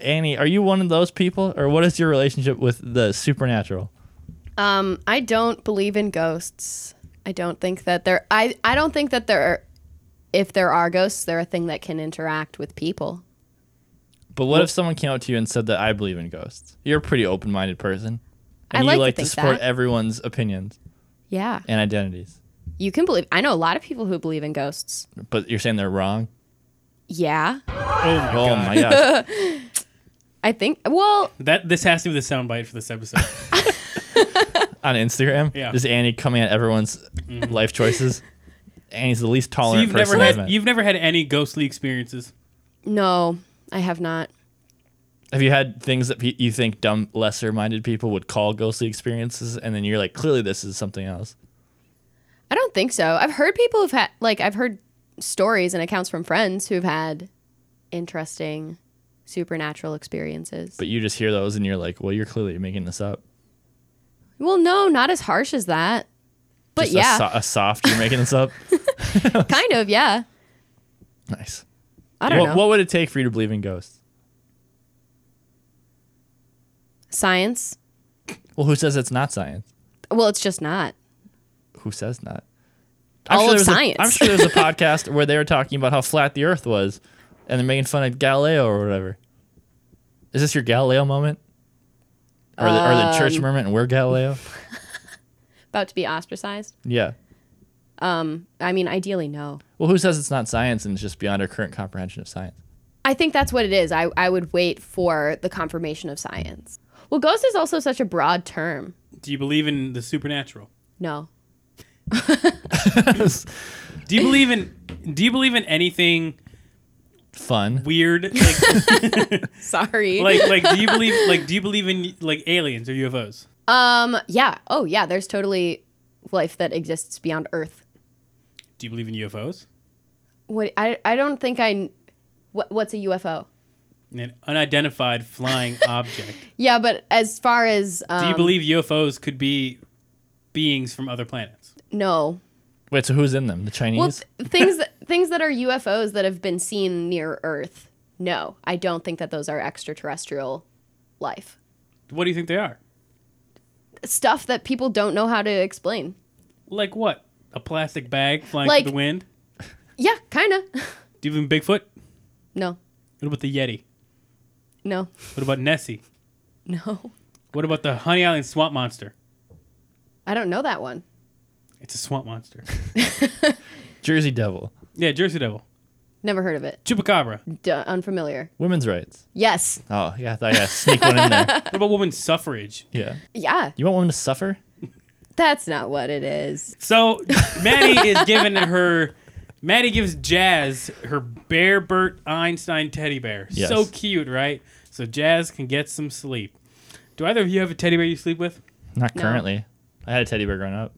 Annie, are you one of those people, or what is your relationship with the supernatural? Um, I don't believe in ghosts. I don't think that there. I I don't think that there. Are, if there are ghosts, they're a thing that can interact with people. But what if someone came up to you and said that I believe in ghosts? You're a pretty open minded person. I and like you to like to, think support that. everyone's opinions Yeah. and identities. You can believe. I know a lot of people who believe in ghosts. But you're saying they're wrong? Yeah. Oh my gosh. I think, well, That this has to be the soundbite for this episode. On Instagram? Yeah. Mm-hmm. Just Annie coming at everyone's life choices. Annie's the least So tolerant you've person never I've had met. you've never had any ghostly experiences. no, I have not. Have you had things that pe- you think dumb, lesser minded people would call ghostly experiences? And then you're like, clearly this is something else. I don't think so. I've heard people who've had, like, I've heard stories and accounts from friends who've had interesting supernatural experiences. But you just hear those and you're like, well, you're clearly making this up. well, no, not as harsh as that. But Just yeah, A, so- a soft, you're making this up? kind of, yeah. Nice. I don't what, know. what would it take for you to believe in ghosts? Science. Well, who says it's not science? Well, it's just not. Who says not? All of there was a- science. I'm sure there's a podcast where they were talking about how flat the Earth was, and they're making fun of Galileo or whatever. Is this your Galileo moment, or the, or the Um, church moment, and we're Galileo? About to be ostracized. Yeah. I mean, ideally, no. Well, who says it's not science and it's just beyond our current comprehension of science? I think that's what it is. I, I would wait for the confirmation of science. Well, ghost is also such a broad term. Do you believe in the supernatural? No. Do you believe in do you believe in anything Fun. weird like Sorry. like like do you believe like do you believe in like aliens or UFOs? um yeah. Oh yeah, there's totally life that exists beyond Earth. Do you believe in UFOs? What I I don't think I what, what's a UFO? An unidentified flying object. Yeah, but as far as um, Do you believe UFOs could be beings from other planets? no. Wait, so who's in them? The Chinese? Well, th- things that, things that are UFOs that have been seen near Earth. No, I don't think that those are extraterrestrial life. What do you think they are? Stuff that people don't know how to explain. Like what? A plastic bag flying Like- through the wind? Yeah, kind of. Do you believe in Bigfoot? No. What about the Yeti? No. What about Nessie? No. What about the Honey Island swamp monster? I don't know that one. It's a swamp monster. Jersey Devil. Yeah, Jersey Devil. Never heard of it. Chupacabra. What D- unfamiliar. Women's rights. Yes. Oh, yeah, I thought I had to sneak one in there. about women's suffrage? Yeah. Yeah. You want women to suffer? That's not what it is. So Maddie is giving her Maddie gives Jazz her Bear Bert Einstein teddy bear. Yes. So cute, right? So Jazz can get some sleep. Do either of you have a teddy bear you sleep with? Not No. currently. I had a teddy bear growing up.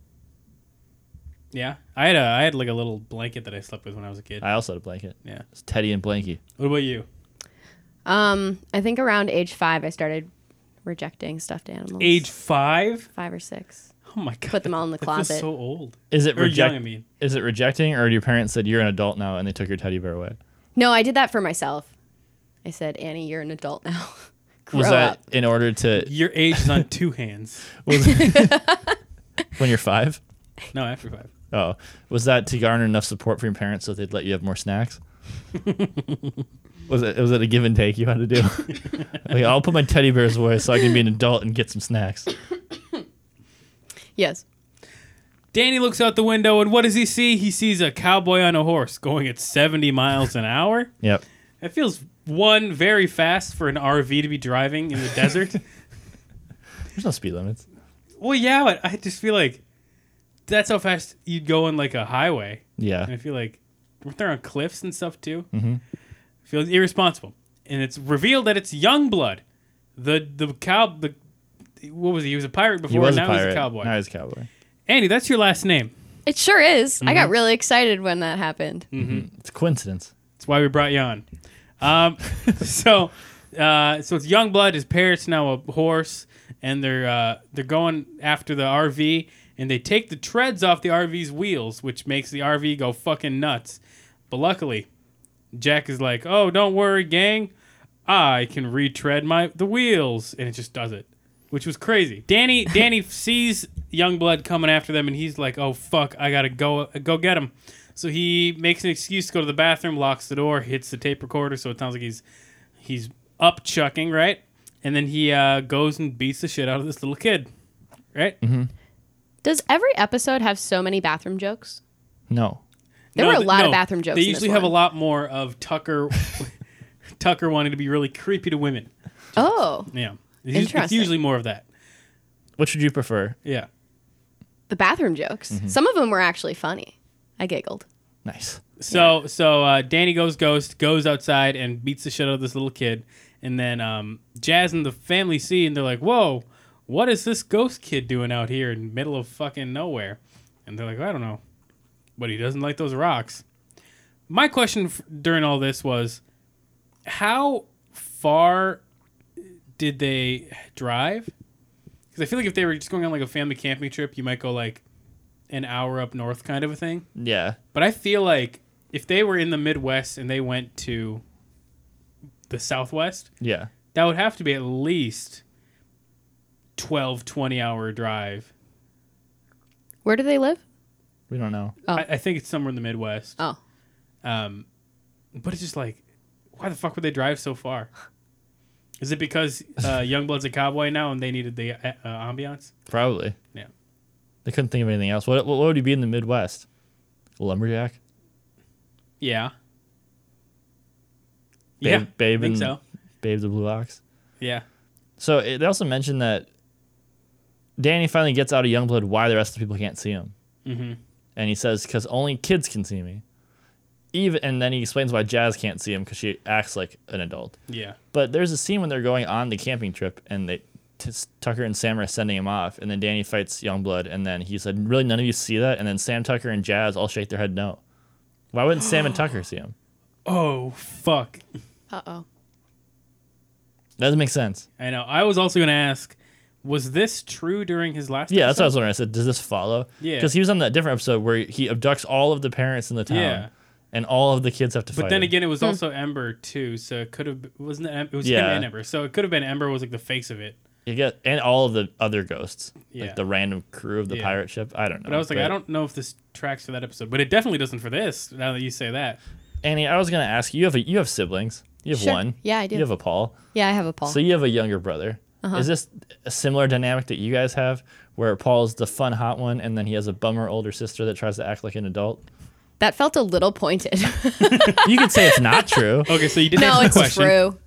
Yeah. I had a I had like a little blanket that I slept with when I was a kid. I also had a blanket. Yeah. It's Teddy and Blanky. What about you? Um, I think around age five, I started rejecting stuffed animals. Age five? five or six. Oh my god. Put them all in the that closet. Feels so old. Is it Or young, reject- I mean. Is it rejecting, or your parents said you're an adult now and they took your teddy bear away? No, I did that for myself. I said, Annie, you're an adult now. Grow Was that up. in order to Your age is on two hands. was, when you're five? No, after five. Oh, was that to garner enough support from your parents so they'd let you have more snacks? was it was it a give and take you had to do? like, I'll put my teddy bears away so I can be an adult and get some snacks. Yes. Danny looks out the window and what does he see? He sees a cowboy on a horse going at 70 miles an hour. Yep. That feels one very fast for an RV to be driving in the desert. There's no speed limits. Well, yeah, but I just feel like that's how fast you'd go on like a highway. And I Yeah. feel like weren't there on cliffs and stuff too? Mm-hmm. Feels irresponsible, and it's revealed that it's Youngblood, the the cow the what was he? He was a pirate before. He was a now pirate. he's a cowboy. Now he's a cowboy. Andy, that's your last name. It sure is. I Mm-hmm. got really excited when that happened. Mm. Mm-hmm. It's a coincidence. That's why we brought you on. Um, so, uh, so it's Youngblood. His parents now a horse, and they're uh, they're going after the RV, and they take the treads off the RV's wheels, which makes the RV go fucking nuts. But luckily, Jack is like, "Oh, don't worry, gang. I can retread my the wheels," and it just does it, which was crazy. Danny Danny sees Youngblood coming after them, and he's like, "Oh fuck, I gotta go uh, go get him." So he makes an excuse to go to the bathroom, locks the door, hits the tape recorder, so it sounds like he's he's up chucking right, and then he uh, goes and beats the shit out of this little kid. right? Does every episode have so many bathroom jokes? No. There were a th- lot of bathroom jokes They in this usually have one. a lot more of Tucker, Tucker wanting to be really creepy to women. Oh, Yeah, it's, us- it's Interesting. usually more of that. Which would you prefer? Yeah, the bathroom jokes. Mm-hmm. Some of them were actually funny. I giggled. Nice. So so uh, Danny goes ghost, goes outside and beats the shit out of this little kid, and then um, Jazz and the family see and they're like, "Whoa, what is this ghost kid doing out here in the middle of fucking nowhere?" And they're like, "I don't know, but he doesn't like those rocks." My question f- during all this was, how far did they drive? Because I feel like if they were just going on like a family camping trip, you might go like an hour up north, kind of a thing. Yeah. But I feel like if they were in the Midwest and they went to the Southwest, Yeah. that would have to be at least 12, 20 hour drive. Where do they live? We don't know. Oh. I, I think it's somewhere in the Midwest. Oh, Um, but it's just like, why the fuck would they drive so far? Is it because uh, Youngblood's a cowboy now and they needed the uh, uh, ambiance? Probably. Yeah. They couldn't think of anything else. What, what would you be in the Midwest? Lumberjack? Yeah. Babe, yeah. Babe I think and- so. Babe the Blue Ox? Yeah. So it, they also mentioned that Danny finally gets out of Youngblood why the rest of the people can't see him. Mm-hmm. And he says, because only kids can see me. Even And then he explains why Jazz can't see him because she acts like an adult. Yeah. But there's a scene when they're going on the camping trip and they t- Tucker and Sam are sending him off, and then Danny fights Youngblood, and then he said, "Really, none of you see that?" And then Sam Tucker and Jazz all shake their head no. Why wouldn't Sam and Tucker see him? Oh, fuck. uh oh. Doesn't make sense. I know. I was also going to ask, was this true during his last? Yeah, that's what I was episode? wondering. I said, "Does this follow?" Yeah. because he was on that different episode where he abducts all of the parents in the town, Yeah. and all of the kids have to fight. But then him. again, it Hmm. was also Ember too, so it could have wasn't it, Em- it was him Yeah. and Ember, so it could have been Ember was like the face of it. You get- and all of the other ghosts, Yeah. like the random crew of the Yeah. pirate ship. I don't know. But I was like, I don't know if this tracks for that episode, but it definitely doesn't for this. Now that you say that, Annie, I was gonna ask you. You have a, you have siblings. You have Sure. one. Yeah, I do. You have a Paul. Yeah, I have a Paul. So you have a younger brother. Uh-huh. Is this a similar dynamic that you guys have, where Paul's the fun hot one, and then he has a bummer older sister that tries to act like an adult? that felt a little pointed. You could say it's not true. okay, so you didn't no, answer the it's question. true.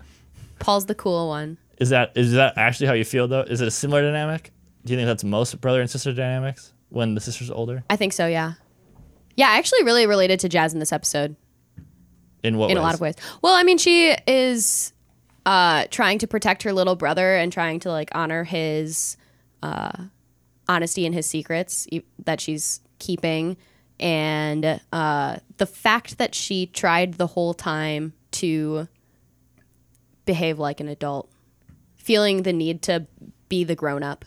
Paul's the cool one. Is that is that actually how you feel though? Is it a similar dynamic? Do you think that's most brother and sister dynamics when the sister's older? I think so. Yeah. Yeah, I actually really related to Jazz in this episode. In what in a ways? lot of ways. Well, I mean, she is uh, trying to protect her little brother and trying to like honor his uh, honesty and his secrets e- that she's keeping, and uh, the fact that she tried the whole time to behave like an adult, feeling the need to be the grown up,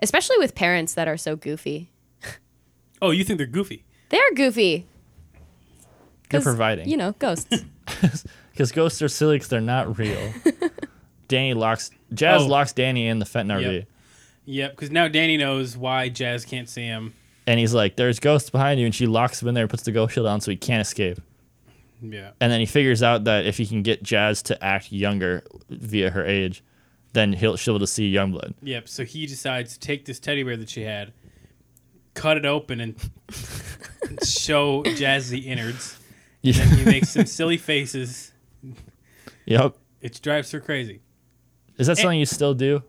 especially with parents that are so goofy. Oh, you think they're goofy? They are goofy. They're 'Cause, providing. you know, ghosts. Because ghosts are silly because they're not real. Danny locks Jazz Oh. locks Danny in the Fenton RV. Yep. Yep, because now Danny knows why Jazz can't see him. And he's like, There's ghosts behind you and she locks him in there and puts the ghost shield on so he can't escape. Yeah, and then he figures out that if he can get Jazz to act younger via her age, then he'll she'll be able to see Youngblood. yep. So he decides to take this teddy bear that she had, cut it open, and show Jazz the innards. And he makes some silly faces. yep. It drives her crazy. Is Eh. that something you still do?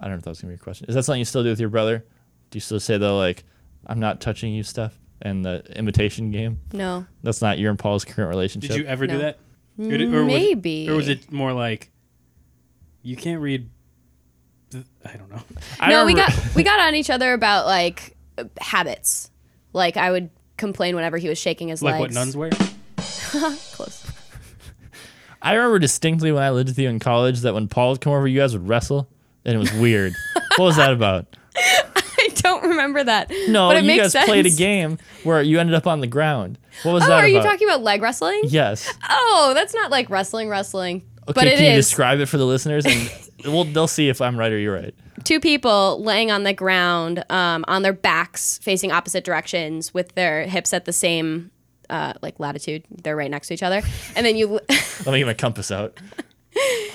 I don't know if that was gonna be a question. Is that something you still do with your brother? Do you still say the like, I'm not touching you stuff and the imitation game? no. That's not your and Paul's current relationship. Did you ever do No. that? Maybe. Was, or was it more like you can't read? th- I don't know. I no, we remember- got we got on each other about like uh, habits. Like I would complain whenever he was shaking his Like legs. what nuns wear? Close. I remember distinctly when I lived with you in college that when Paul would come over, you guys would wrestle, and it was weird. what was that about? I don't remember that. No, but it you makes guys sense. played a game where you ended up on the ground. What was Oh, that are about? you talking about leg wrestling? Yes. Oh, that's not like wrestling, wrestling. Okay, but it can you is describe it for the listeners, and we'll they'll see if I'm right or you're right. two people laying on the ground, um, on their backs, facing opposite directions, with their hips at the same uh, like latitude. They're right next to each other, and then you Let me get my compass out.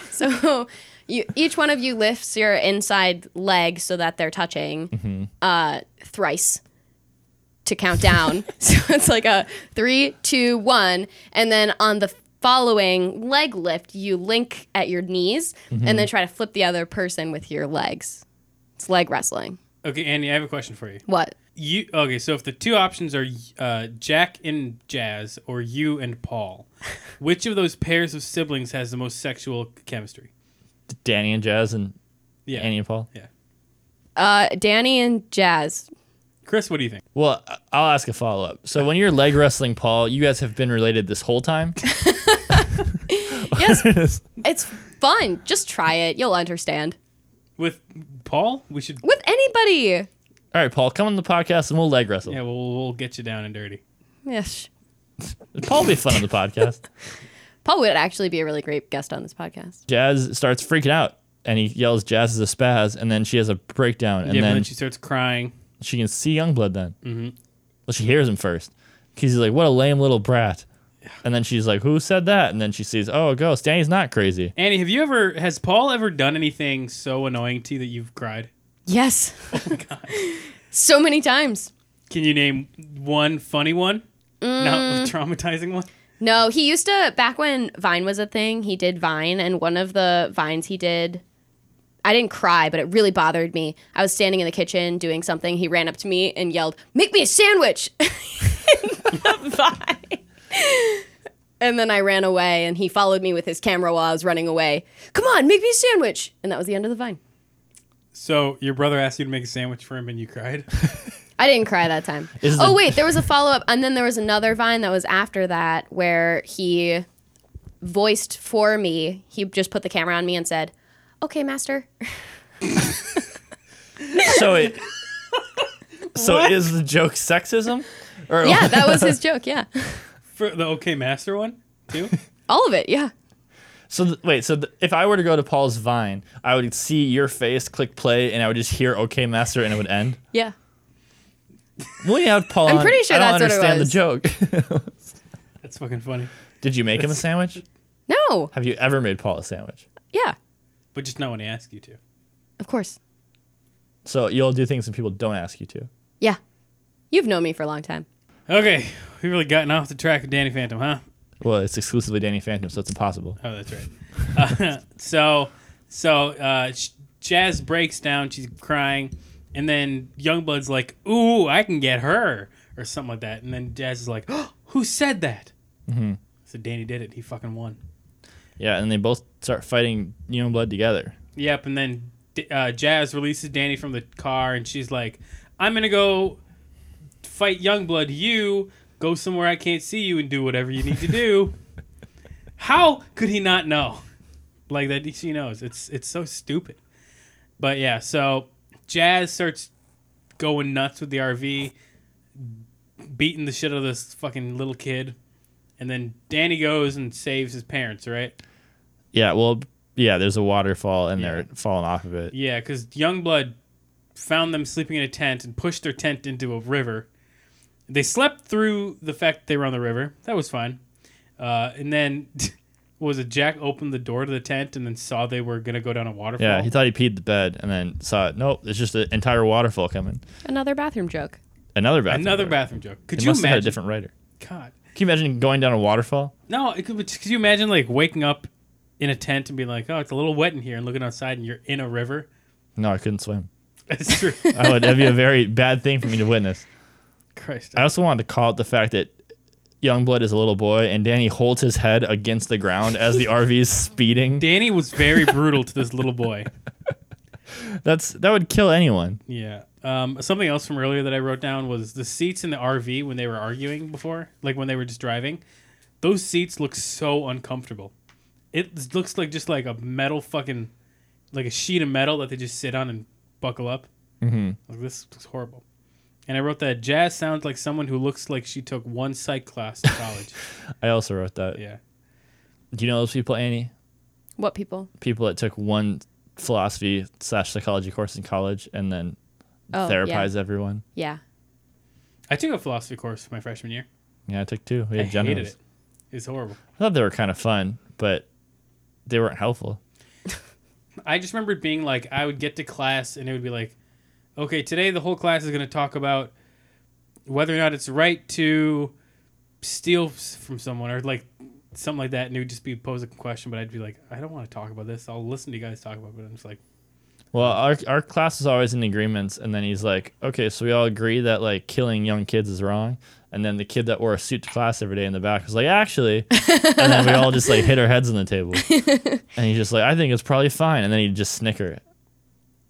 So you, each one of you lifts your inside leg so that they're touching uh, thrice to count down. so it's like a three, two, one, and then on the following leg lift, you link at your knees and then try to flip the other person with your legs. It's leg wrestling. Okay, Andy, I have a question for you. What? You okay? So if the two options are uh, Jack and Jazz or you and Paul, which of those pairs of siblings has the most sexual chemistry? Danny and Jazz and Yeah. Annie and Paul. Yeah. Uh, Danny and Jazz. Chris, what do you think? Well, I- I'll ask a follow up. So when you're leg wrestling Paul, you guys have been related this whole time. Yes, it's fun. Just try it. You'll understand. With Paul, we should. With anybody. All right, Paul, come on the podcast and we'll leg wrestle. Yeah, we'll, we'll get you down and dirty. Yes. Paul will be fun on the podcast. Paul would actually be a really great guest on this podcast. Jazz starts freaking out and he yells, Jazz is a spaz. And then she has a breakdown. And yeah, but then then she starts crying. she can see Youngblood then. Mm-hmm. Well, she hears him first because he's like, "What a lame little brat," and then she's like, "Who said that?" And then she sees, "Oh, a ghost. Danny's not crazy." Annie, have you ever? Has Paul ever done anything so annoying to you that you've cried? Yes. so many times. Can you name one funny one? Not a traumatizing one. No, he used to back when Vine was a thing, he did Vine and one of the vines he did I didn't cry, but it really bothered me. I was standing in the kitchen doing something. He ran up to me and yelled, "Make me a sandwich." In the Vine. And then I ran away and he followed me with his camera while I was running away. "Come on, make me a sandwich." And that was the end of the Vine. So your brother asked you to make a sandwich for him, and you cried. I didn't cry that time. Is oh the- wait, there was a follow up, and then there was another Vine that was after that where he voiced for me. He just put the camera on me and said, "Okay, master." So it. so is the joke sexism? Or Yeah, that was his joke. Yeah, For the OK Master one too. all of it. Yeah, so th- wait. So th- if I were to go to Paul's Vine, I would see your face, click play, and I would just hear "Okay, Master," and it would end. yeah. Well, yeah, Paul. I'm on- pretty sure I don't that's what it understand the joke. That's fucking funny, Did you make him a sandwich? No, Have you ever made Paul a sandwich? yeah, but just not when he asked you to. of course. So you'll do things that people don't ask you to. Yeah, you've known me for a long time. Okay, we really gotten off the track of Danny Phantom, huh? Well, it's exclusively Danny Phantom, so it's impossible. Oh, that's right. Uh, so, so uh, sh- Jazz breaks down. She's crying, and then Youngblood's like, "Ooh, I can get her," or something like that. And then Jazz is like, oh, "Who said that?" So Danny did it. He fucking won. Yeah, and they both start fighting Young Blood together. Yep. And then D- uh, Jazz releases Danny from the car, and she's like, "I'm gonna go fight Youngblood. You go somewhere I can't see you and do whatever you need to do." How could he not know? Like that, she knows. It's it's so stupid. But yeah, so Jazz starts going nuts with the RV, beating the shit out of this fucking little kid, and then Danny goes and saves his parents. Right? Yeah, well, yeah, there's a waterfall and Yeah. they're falling off of it. Yeah, because Youngblood found them sleeping in a tent and pushed their tent into a river. They slept through the fact that they were on the river. That was fine. Uh, and then, what was it? Jack opened the door to the tent and then saw they were going to go down a waterfall. Yeah, he thought he peed the bed and then saw it. Nope, it's just an entire waterfall coming. Another bathroom joke. Another bathroom. Another door. bathroom joke. Could They you must have imagine? had a different writer. God. Can you imagine going down a waterfall? No, it could, could you imagine like waking up in a tent and being like, oh, it's a little wet in here and looking outside and you're in a river? No, I couldn't swim. That's true. I would, that'd be a very bad thing for me to witness. Christ. I also wanted to call out the fact that Youngblood is a little boy and Danny holds his head against the ground as the RV's speeding. Danny was very brutal to this little boy. That's that would kill anyone. Yeah. Um, something else from earlier that I wrote down was the seats in the RV when they were arguing before, like when they were just driving. Those seats look so uncomfortable. It s- looks like just like a metal fucking, like a sheet of metal that they just sit on and buckle up. Mm-hmm. Like this looks horrible. And I wrote that Jazz sounds like someone who looks like she took one psych class in college. I also wrote that. yeah. Do you know those people, Annie? What people? people that took one philosophy slash psychology course in college and then Oh, therapized everyone. Yeah. I took a philosophy course my freshman year. Yeah, I took two. We I had generals. hated it. It's horrible. I thought they were kind of fun, but they weren't helpful. I just remember it being like I would get to class and it would be like, okay, today the whole class is going to talk about whether or not it's right to steal s- from someone or like something like that, and it would just be pose a question. But I'd be like, I don't want to talk about this. I'll listen to you guys talk about it. And I'm just like, Well, our our class is always in agreements, and then he's like, "Okay, so we all agree that like killing young kids is wrong." And then the kid that wore a suit to class every day in the back was like, "Actually," and then we all just like hit our heads on the table, and he's just like, "I think it's probably fine," and then he'd just snicker.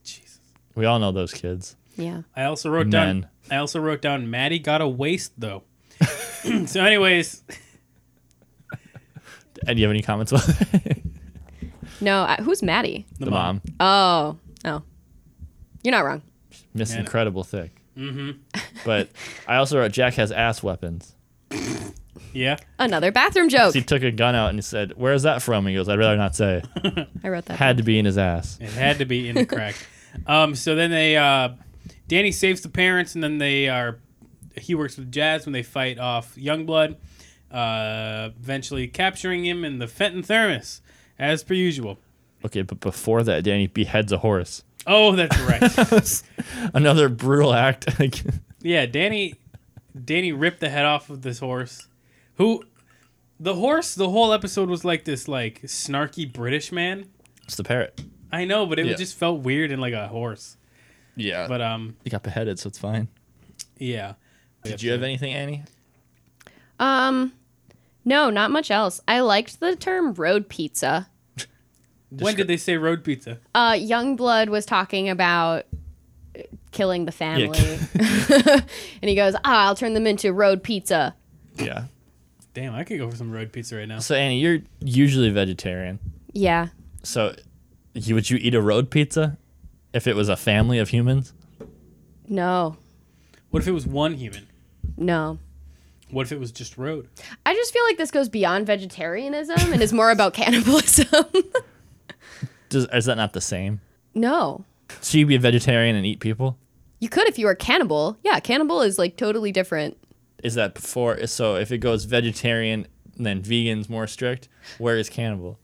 Jesus. We all know those kids. Yeah. I also wrote down. Men. I also wrote down. Maddie got a waist though. so, anyways, And do you have any comments about the, No, I, who's Maddie? the, mom? Oh, oh. You're not wrong. Miss Man. Incredible Thick. Mm-hmm. But I also wrote Jack has ass weapons. Yeah. Another bathroom joke. He took a gun out and he said, "Where's that from?" He goes, "I'd rather not say." I wrote that. Had to be in his ass. It had to be in the crack. Um, so then they, uh, Danny saves the parents, and then they are. He works with Jazz when they fight off Youngblood, uh, eventually capturing him in the Fenton Thermos, as per usual. Okay, but before that, Danny beheads a horse. Oh, that's right. Another brutal act. yeah, Danny, Danny ripped the head off of this horse, who. The horse, the whole episode was like this, like snarky British man. it's the parrot. I know, but it Yeah. just felt weird in like a horse. Yeah, but But um, he got beheaded, so it's fine. yeah. Did you have anything, Annie? Um, no, not much else. I liked the term road pizza. When did they say road pizza? Uh, Youngblood was talking about uh, killing the family, and he goes, "Ah, I'll turn them into road pizza." Yeah. Damn, I could go for some road pizza right now. So Annie, you're usually vegetarian. Yeah, So, you, would you eat a road pizza if it was a family of humans? no, What if it was one human? no. What if it was just road? I just feel like this goes beyond vegetarianism and is more about cannibalism. Does, is that not the same? no, So you'd be a vegetarian and eat people? you could if you were a cannibal. Yeah, cannibal is like totally different. Is that before? So if it goes vegetarian, then vegan's more strict. Where is cannibal?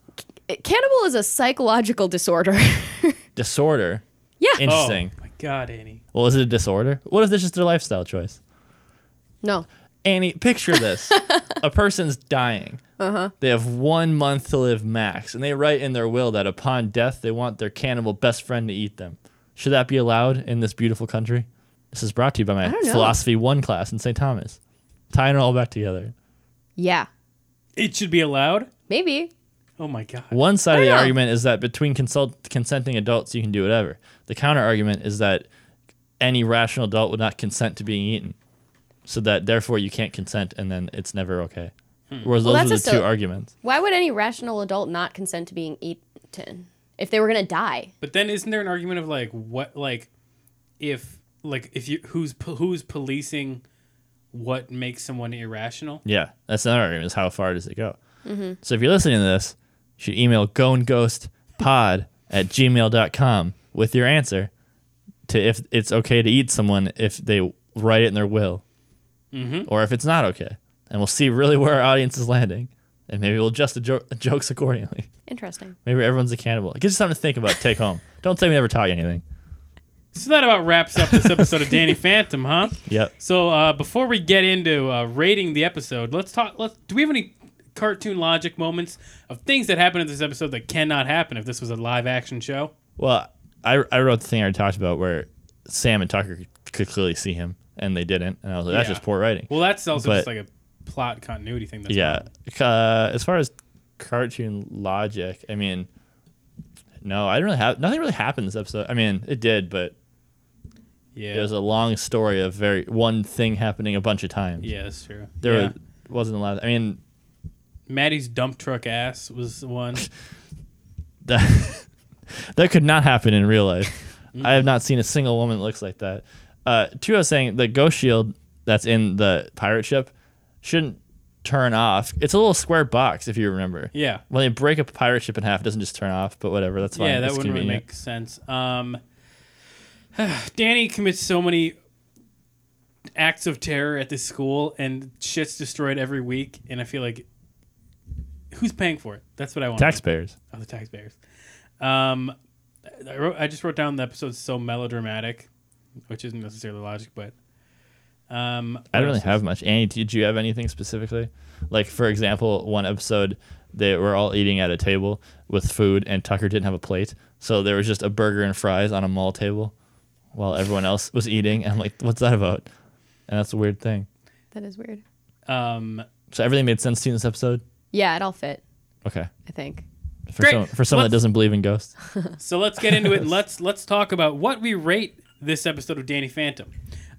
Uh, Cannibal is a psychological disorder. Disorder. yeah. Interesting. Oh my god, Annie. Well, is it a disorder? What if this is their lifestyle choice? no. Annie, picture this. a person's dying. Uh-huh. They have one month to live max, and they write in their will that upon death, they want their cannibal best friend to eat them. Should that be allowed in this beautiful country? This is brought to you by my don't know. Philosophy 1 class in St. Thomas. Tying it all back together. Yeah. It should be allowed? Maybe. Oh my god. One side of the Yeah. argument is that between consult- consenting adults, you can do whatever. The counter argument is that any rational adult would not consent to being eaten, so that therefore you can't consent, and then it's never okay. Whereas Hmm. Well, those are the that's a two so- arguments. Why would any rational adult not consent to being eaten if they were going to die? But then isn't there an argument of like what like if like if you who's po- who's policing what makes someone irrational? Yeah, that's another argument. Is how far does it go? So if you're listening to this, you should email goandghostpod at gmail.com with your answer to if it's okay to eat someone if they write it in their will, Mm-hmm. or if it's not okay. And we'll see really where our audience is landing, and maybe we'll adjust the jo- jokes accordingly. Interesting. Maybe everyone's a cannibal. It gives you something to think about. Take home. Don't say we never taught you anything. So that about wraps up this episode of Danny Phantom, huh? Yep. So uh, before we get into uh, rating the episode, let's talk. Let's do we have any cartoon logic moments of things that happened in this episode that cannot happen if this was a live action show? Well, I, I wrote the thing I talked about where Sam and Tucker could clearly see him, and they didn't. And I was like, that's Yeah. just poor writing. Well, that's also But- just like a plot continuity thing. That's Yeah. Uh, as far as cartoon logic, I mean, no, I don't really have nothing really happened this episode. I mean, it did, but yeah. it was a long story of very one thing happening a bunch of times. Yeah, that's true. There yeah. wasn't a lot. I mean, Maddie's dump truck ass was one. that that could not happen in real life. I have not seen a single woman that looks like that. Uh, two, I was saying the ghost shield that's in the pirate ship shouldn't turn off. It's a little square box, if you remember. Yeah. When they break a pirate ship in half, it doesn't just turn off. But whatever, that's fine. Yeah, that It's wouldn't really convenient. make sense. Um, Danny commits so many acts of terror at this school, and shit's destroyed every week. And I feel like who's paying for it? That's what I want. taxpayers. Oh, the taxpayers. Um, I, wrote, I just wrote down the episode's so melodramatic, which isn't necessarily logic, but um, I what don't really else is- have much. Annie, did you have anything specifically? Like, for example, one episode, they were all eating at a table with food, and Tucker didn't have a plate. So there was just a burger and fries on a mall table while everyone else was eating. And I'm like, what's that about? And that's a weird thing. That is weird. Um, So everything made sense to you in this episode? Yeah, it all fit, Okay. I think. For, Great. Some, for someone Let's- that doesn't believe in ghosts. So let's get into it and let's let's talk about what we rate this episode of Danny Phantom.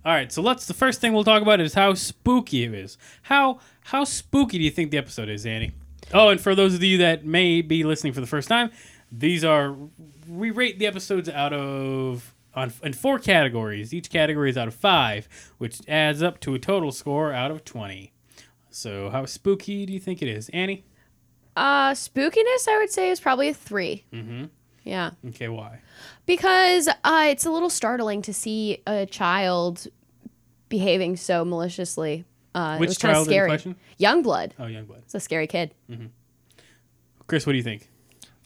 All right, so let's the first thing we'll talk about is how spooky it is. How how spooky do you think the episode is, Annie? Oh, and for those of you that may be listening for the first time, these are we rate the episodes out of on in four categories. Each category is out of 5, which adds up to a total score out of 20. So, how spooky do you think it is, Annie? Uh, spookiness, I would say, is probably a 3 Mm-hmm. Yeah. Okay, why? because uh, it's a little startling to see a child behaving so maliciously. Uh, Which it was kind of child in scary. question? Young blood. Oh, Youngblood. It's a scary kid. Chris, what do you think?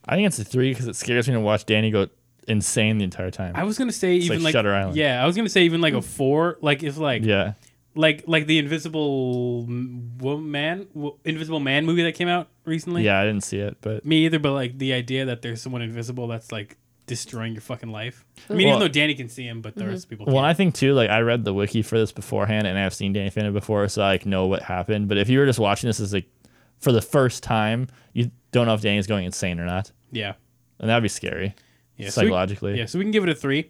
I think it's a three because it scares me to watch Danny go insane the entire time. I was gonna say even like like, Shutter Island. Yeah, I was gonna say even like a four. Like if like yeah. like like the Invisible M- Wo- Man, Wo- Invisible Man movie that came out recently. Yeah, I didn't see it, but me either. But like the idea that there's someone invisible that's like destroying your fucking life. I mean, even Well- though Danny can see him, but the rest of people. Well, can't. I think too, like I read the wiki for this beforehand, and I've seen Danny Phantom before, so I like, know what happened. But if you were just watching this as like for the first time, you don't know if Danny's going insane or not, yeah, and that'd be scary yeah. so we- psychologically. yeah, so we can give it a three.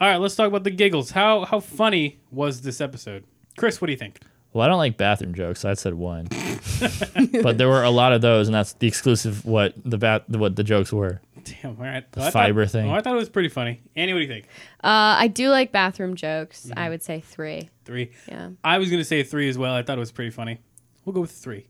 All right, let's talk about the giggles. How how funny was this episode, Chris? What do you think? Well, I don't like bathroom jokes, so I said one, but there were a lot of those, and that's the exclusive what the bat what the jokes were. Damn, all right. The fiber thought, thing. Well, I thought it was pretty funny. Annie, what do you think? Uh, I do like bathroom jokes. Mm-hmm. I would say three. Three. Yeah. I was gonna say three as well. I thought it was pretty funny. We'll go with three.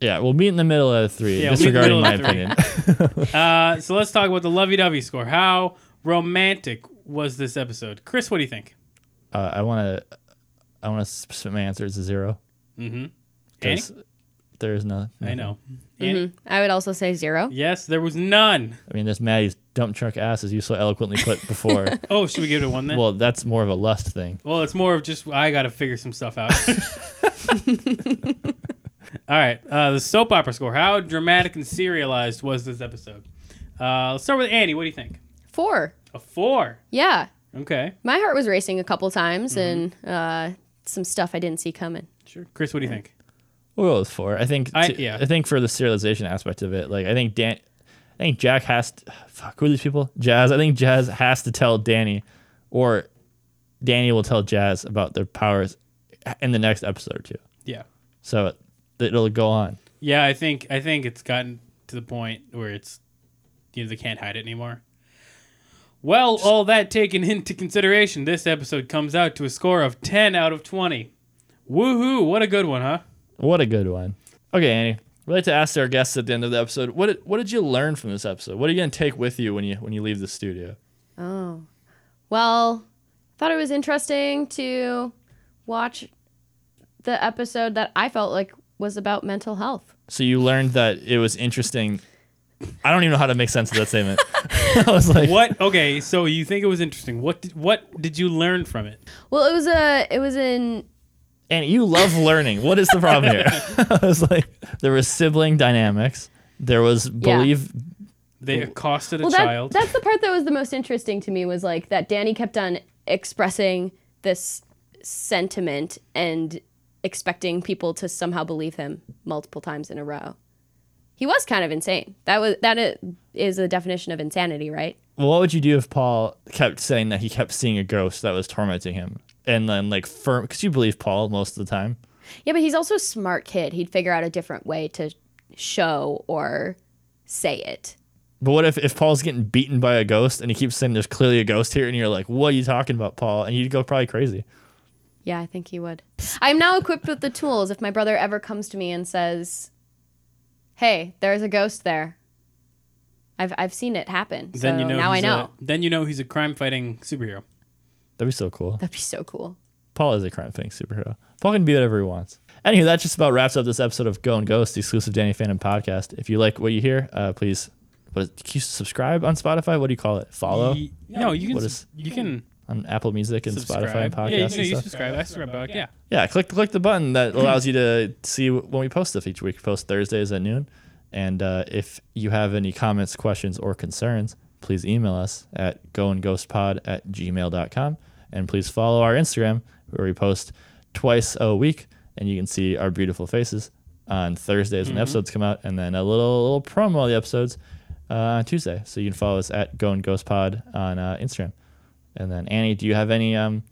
Yeah, we'll meet in the middle of three, Yeah, we'll meet in the disregarding middle my of three. opinion. Uh, so let's talk about the lovey-dovey score. How romantic was this episode, Chris? What do you think? Uh, I want to, I want to submit my answer as a zero. Annie? There's, there's no. Mm-hmm. I know. Annie? I would also say zero. Yes, there was none. I mean, there's Maddie's dump truck ass, as you so eloquently put before. Oh, should we give it a one then? Well, well, that's more of a lust thing. it's more of just I got to figure some stuff out. All right, uh, the soap opera score. How dramatic and serialized was this episode? Uh, let's start with Annie. What do you think? Four. A four. Yeah. Okay, My heart was racing a couple times and uh, some stuff I didn't see coming. sure. Chris, what do you think? We'll go with four. I think. I- to- yeah. I think for the serialization aspect of it, like I think Dan, I think Jack has. To, fuck, who are these people? Jazz. I think Jazz has to tell Danny, or Danny will tell Jazz about their powers in the next episode or two. Yeah, So it'll go on. yeah. I think I think it's gotten to the point where it's you know they can't hide it anymore. Well, all that taken into consideration, this episode comes out to a score of 10 out of 20. Woohoo, what a good one, huh? What a good one. Okay, Annie. We'd like to ask our guests at the end of the episode, what did, what did you learn from this episode? What are you gonna take with you when you when you leave the studio? Oh. Well, thought it was interesting to watch the episode that I felt like was about mental health. So you learned that it was interesting. I don't even know how to make sense of that statement. I was like, What? Okay, so you think it was interesting. What did, what did you learn from it? Well, it was a it was an And you love learning. What is the problem here? I was like, there was sibling dynamics. There was believe. They accosted a well that, child. that's the part that was the most interesting to me was like that Danny kept on expressing this sentiment and expecting people to somehow believe him multiple times in a row. He was kind of insane. That was that i- is the definition of insanity, right? Well, what would you do if Paul kept saying that he kept seeing a ghost that was tormenting him? And then like firm, because you believe Paul most of the time. Yeah, but he's also a smart kid. He'd figure out a different way to show or say it. But what if, if Paul's getting beaten by a ghost and he keeps saying there's clearly a ghost here and you're like, what are you talking about, Paul? And you'd go probably crazy. Yeah, I think he would. I'm now equipped with the tools. If my brother ever comes to me and says, "Hey, there's a ghost there," I've I've seen it happen. So then you know now I he's a- know. then you know he's a crime-fighting superhero. That'd be so cool. That'd be so cool. Paul is a crime fighting superhero. Paul can be whatever he wants. Anywho, that just about wraps up this episode of Go and Ghost, the exclusive Danny Phantom podcast. If you like what you hear, uh, please But can you subscribe on Spotify? What do you call it? Follow Ye- No, you can. What s- is- you can on Apple Music and subscribe. Spotify and podcasts yeah, you, and can- you stuff. subscribe. I subscribe back. Yeah. Yeah, click click the button that allows you to see when we post stuff each week. We post Thursdays at noon. And uh, if you have any comments, questions, or concerns, please email us at goandghostpod at gmail.com. And please follow our Instagram where we post twice a week and you can see our beautiful faces on Thursdays when episodes come out and then a little little promo of the episodes uh, on Tuesday. So you can follow us at Go and Ghost Pod on uh, Instagram. And then Annie, do you have any um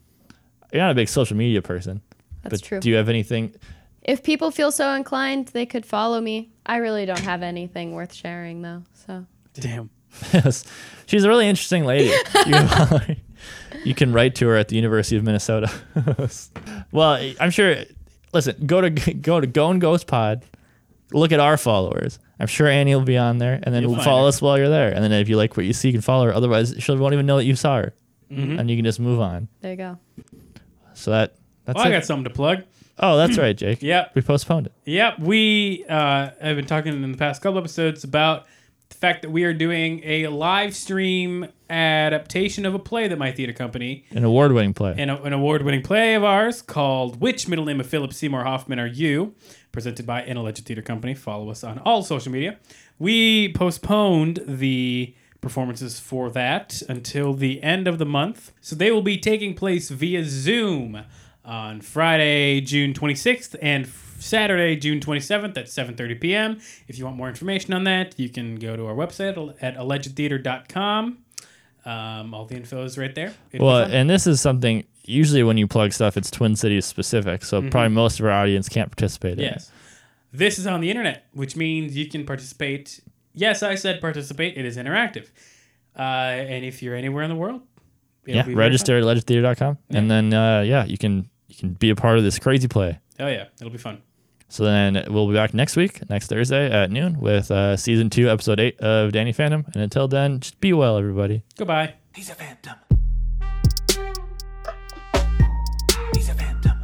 you're not a big social media person. That's but true. Do you have anything If people feel so inclined, they could follow me. I really don't have anything worth sharing though. So Damn. Yes. She's a really interesting lady. You can, follow her. You can write to her at the University of Minnesota. well, I'm sure. Listen, go to go to Go and Ghost Pod. Look at our followers. I'm sure Annie will be on there, and then You'll find follow her. us while you're there. And then if you like what you see, you can follow her. Otherwise, she won't even know that you saw her, Mm-hmm. and you can just move on. there you go. So that that's Well, I it. got something to plug. oh, that's right, Jake. Yep. we postponed it. Yep, we uh, have been talking in the past couple episodes about the fact that we are doing a live stream adaptation of a play that my theater company, An award-winning play. an, an award-winning play of ours called "Which Middle Name of Philip Seymour Hoffman Are You?" presented by Intelligent Theater Company. Follow us on all social media. We postponed the performances for that until the end of the month, so they will be taking place via Zoom on Friday, June 26th, and f- Saturday, June 27th at 7:30 p.m. If you want more information on that, you can go to our website al- at allegedtheater.com. Um, all the info is right there. It'll be Well, fun. and this is something usually when you plug stuff, it's Twin Cities specific. So probably most of our audience can't participate. In it. Mm-hmm. Yes. This is on the internet, which means you can participate. Yes, I said participate. It is interactive. Uh, and if you're anywhere in the world, it'll yeah be very register at legendtheater.com and then uh, yeah you can you can be a part of this crazy play fun. Oh, yeah. It'll be fun. so then we'll be back next week next thursday at noon with uh, season 2 episode 8 of danny phantom and until then just be well everybody Goodbye. He's a phantom. He's a phantom.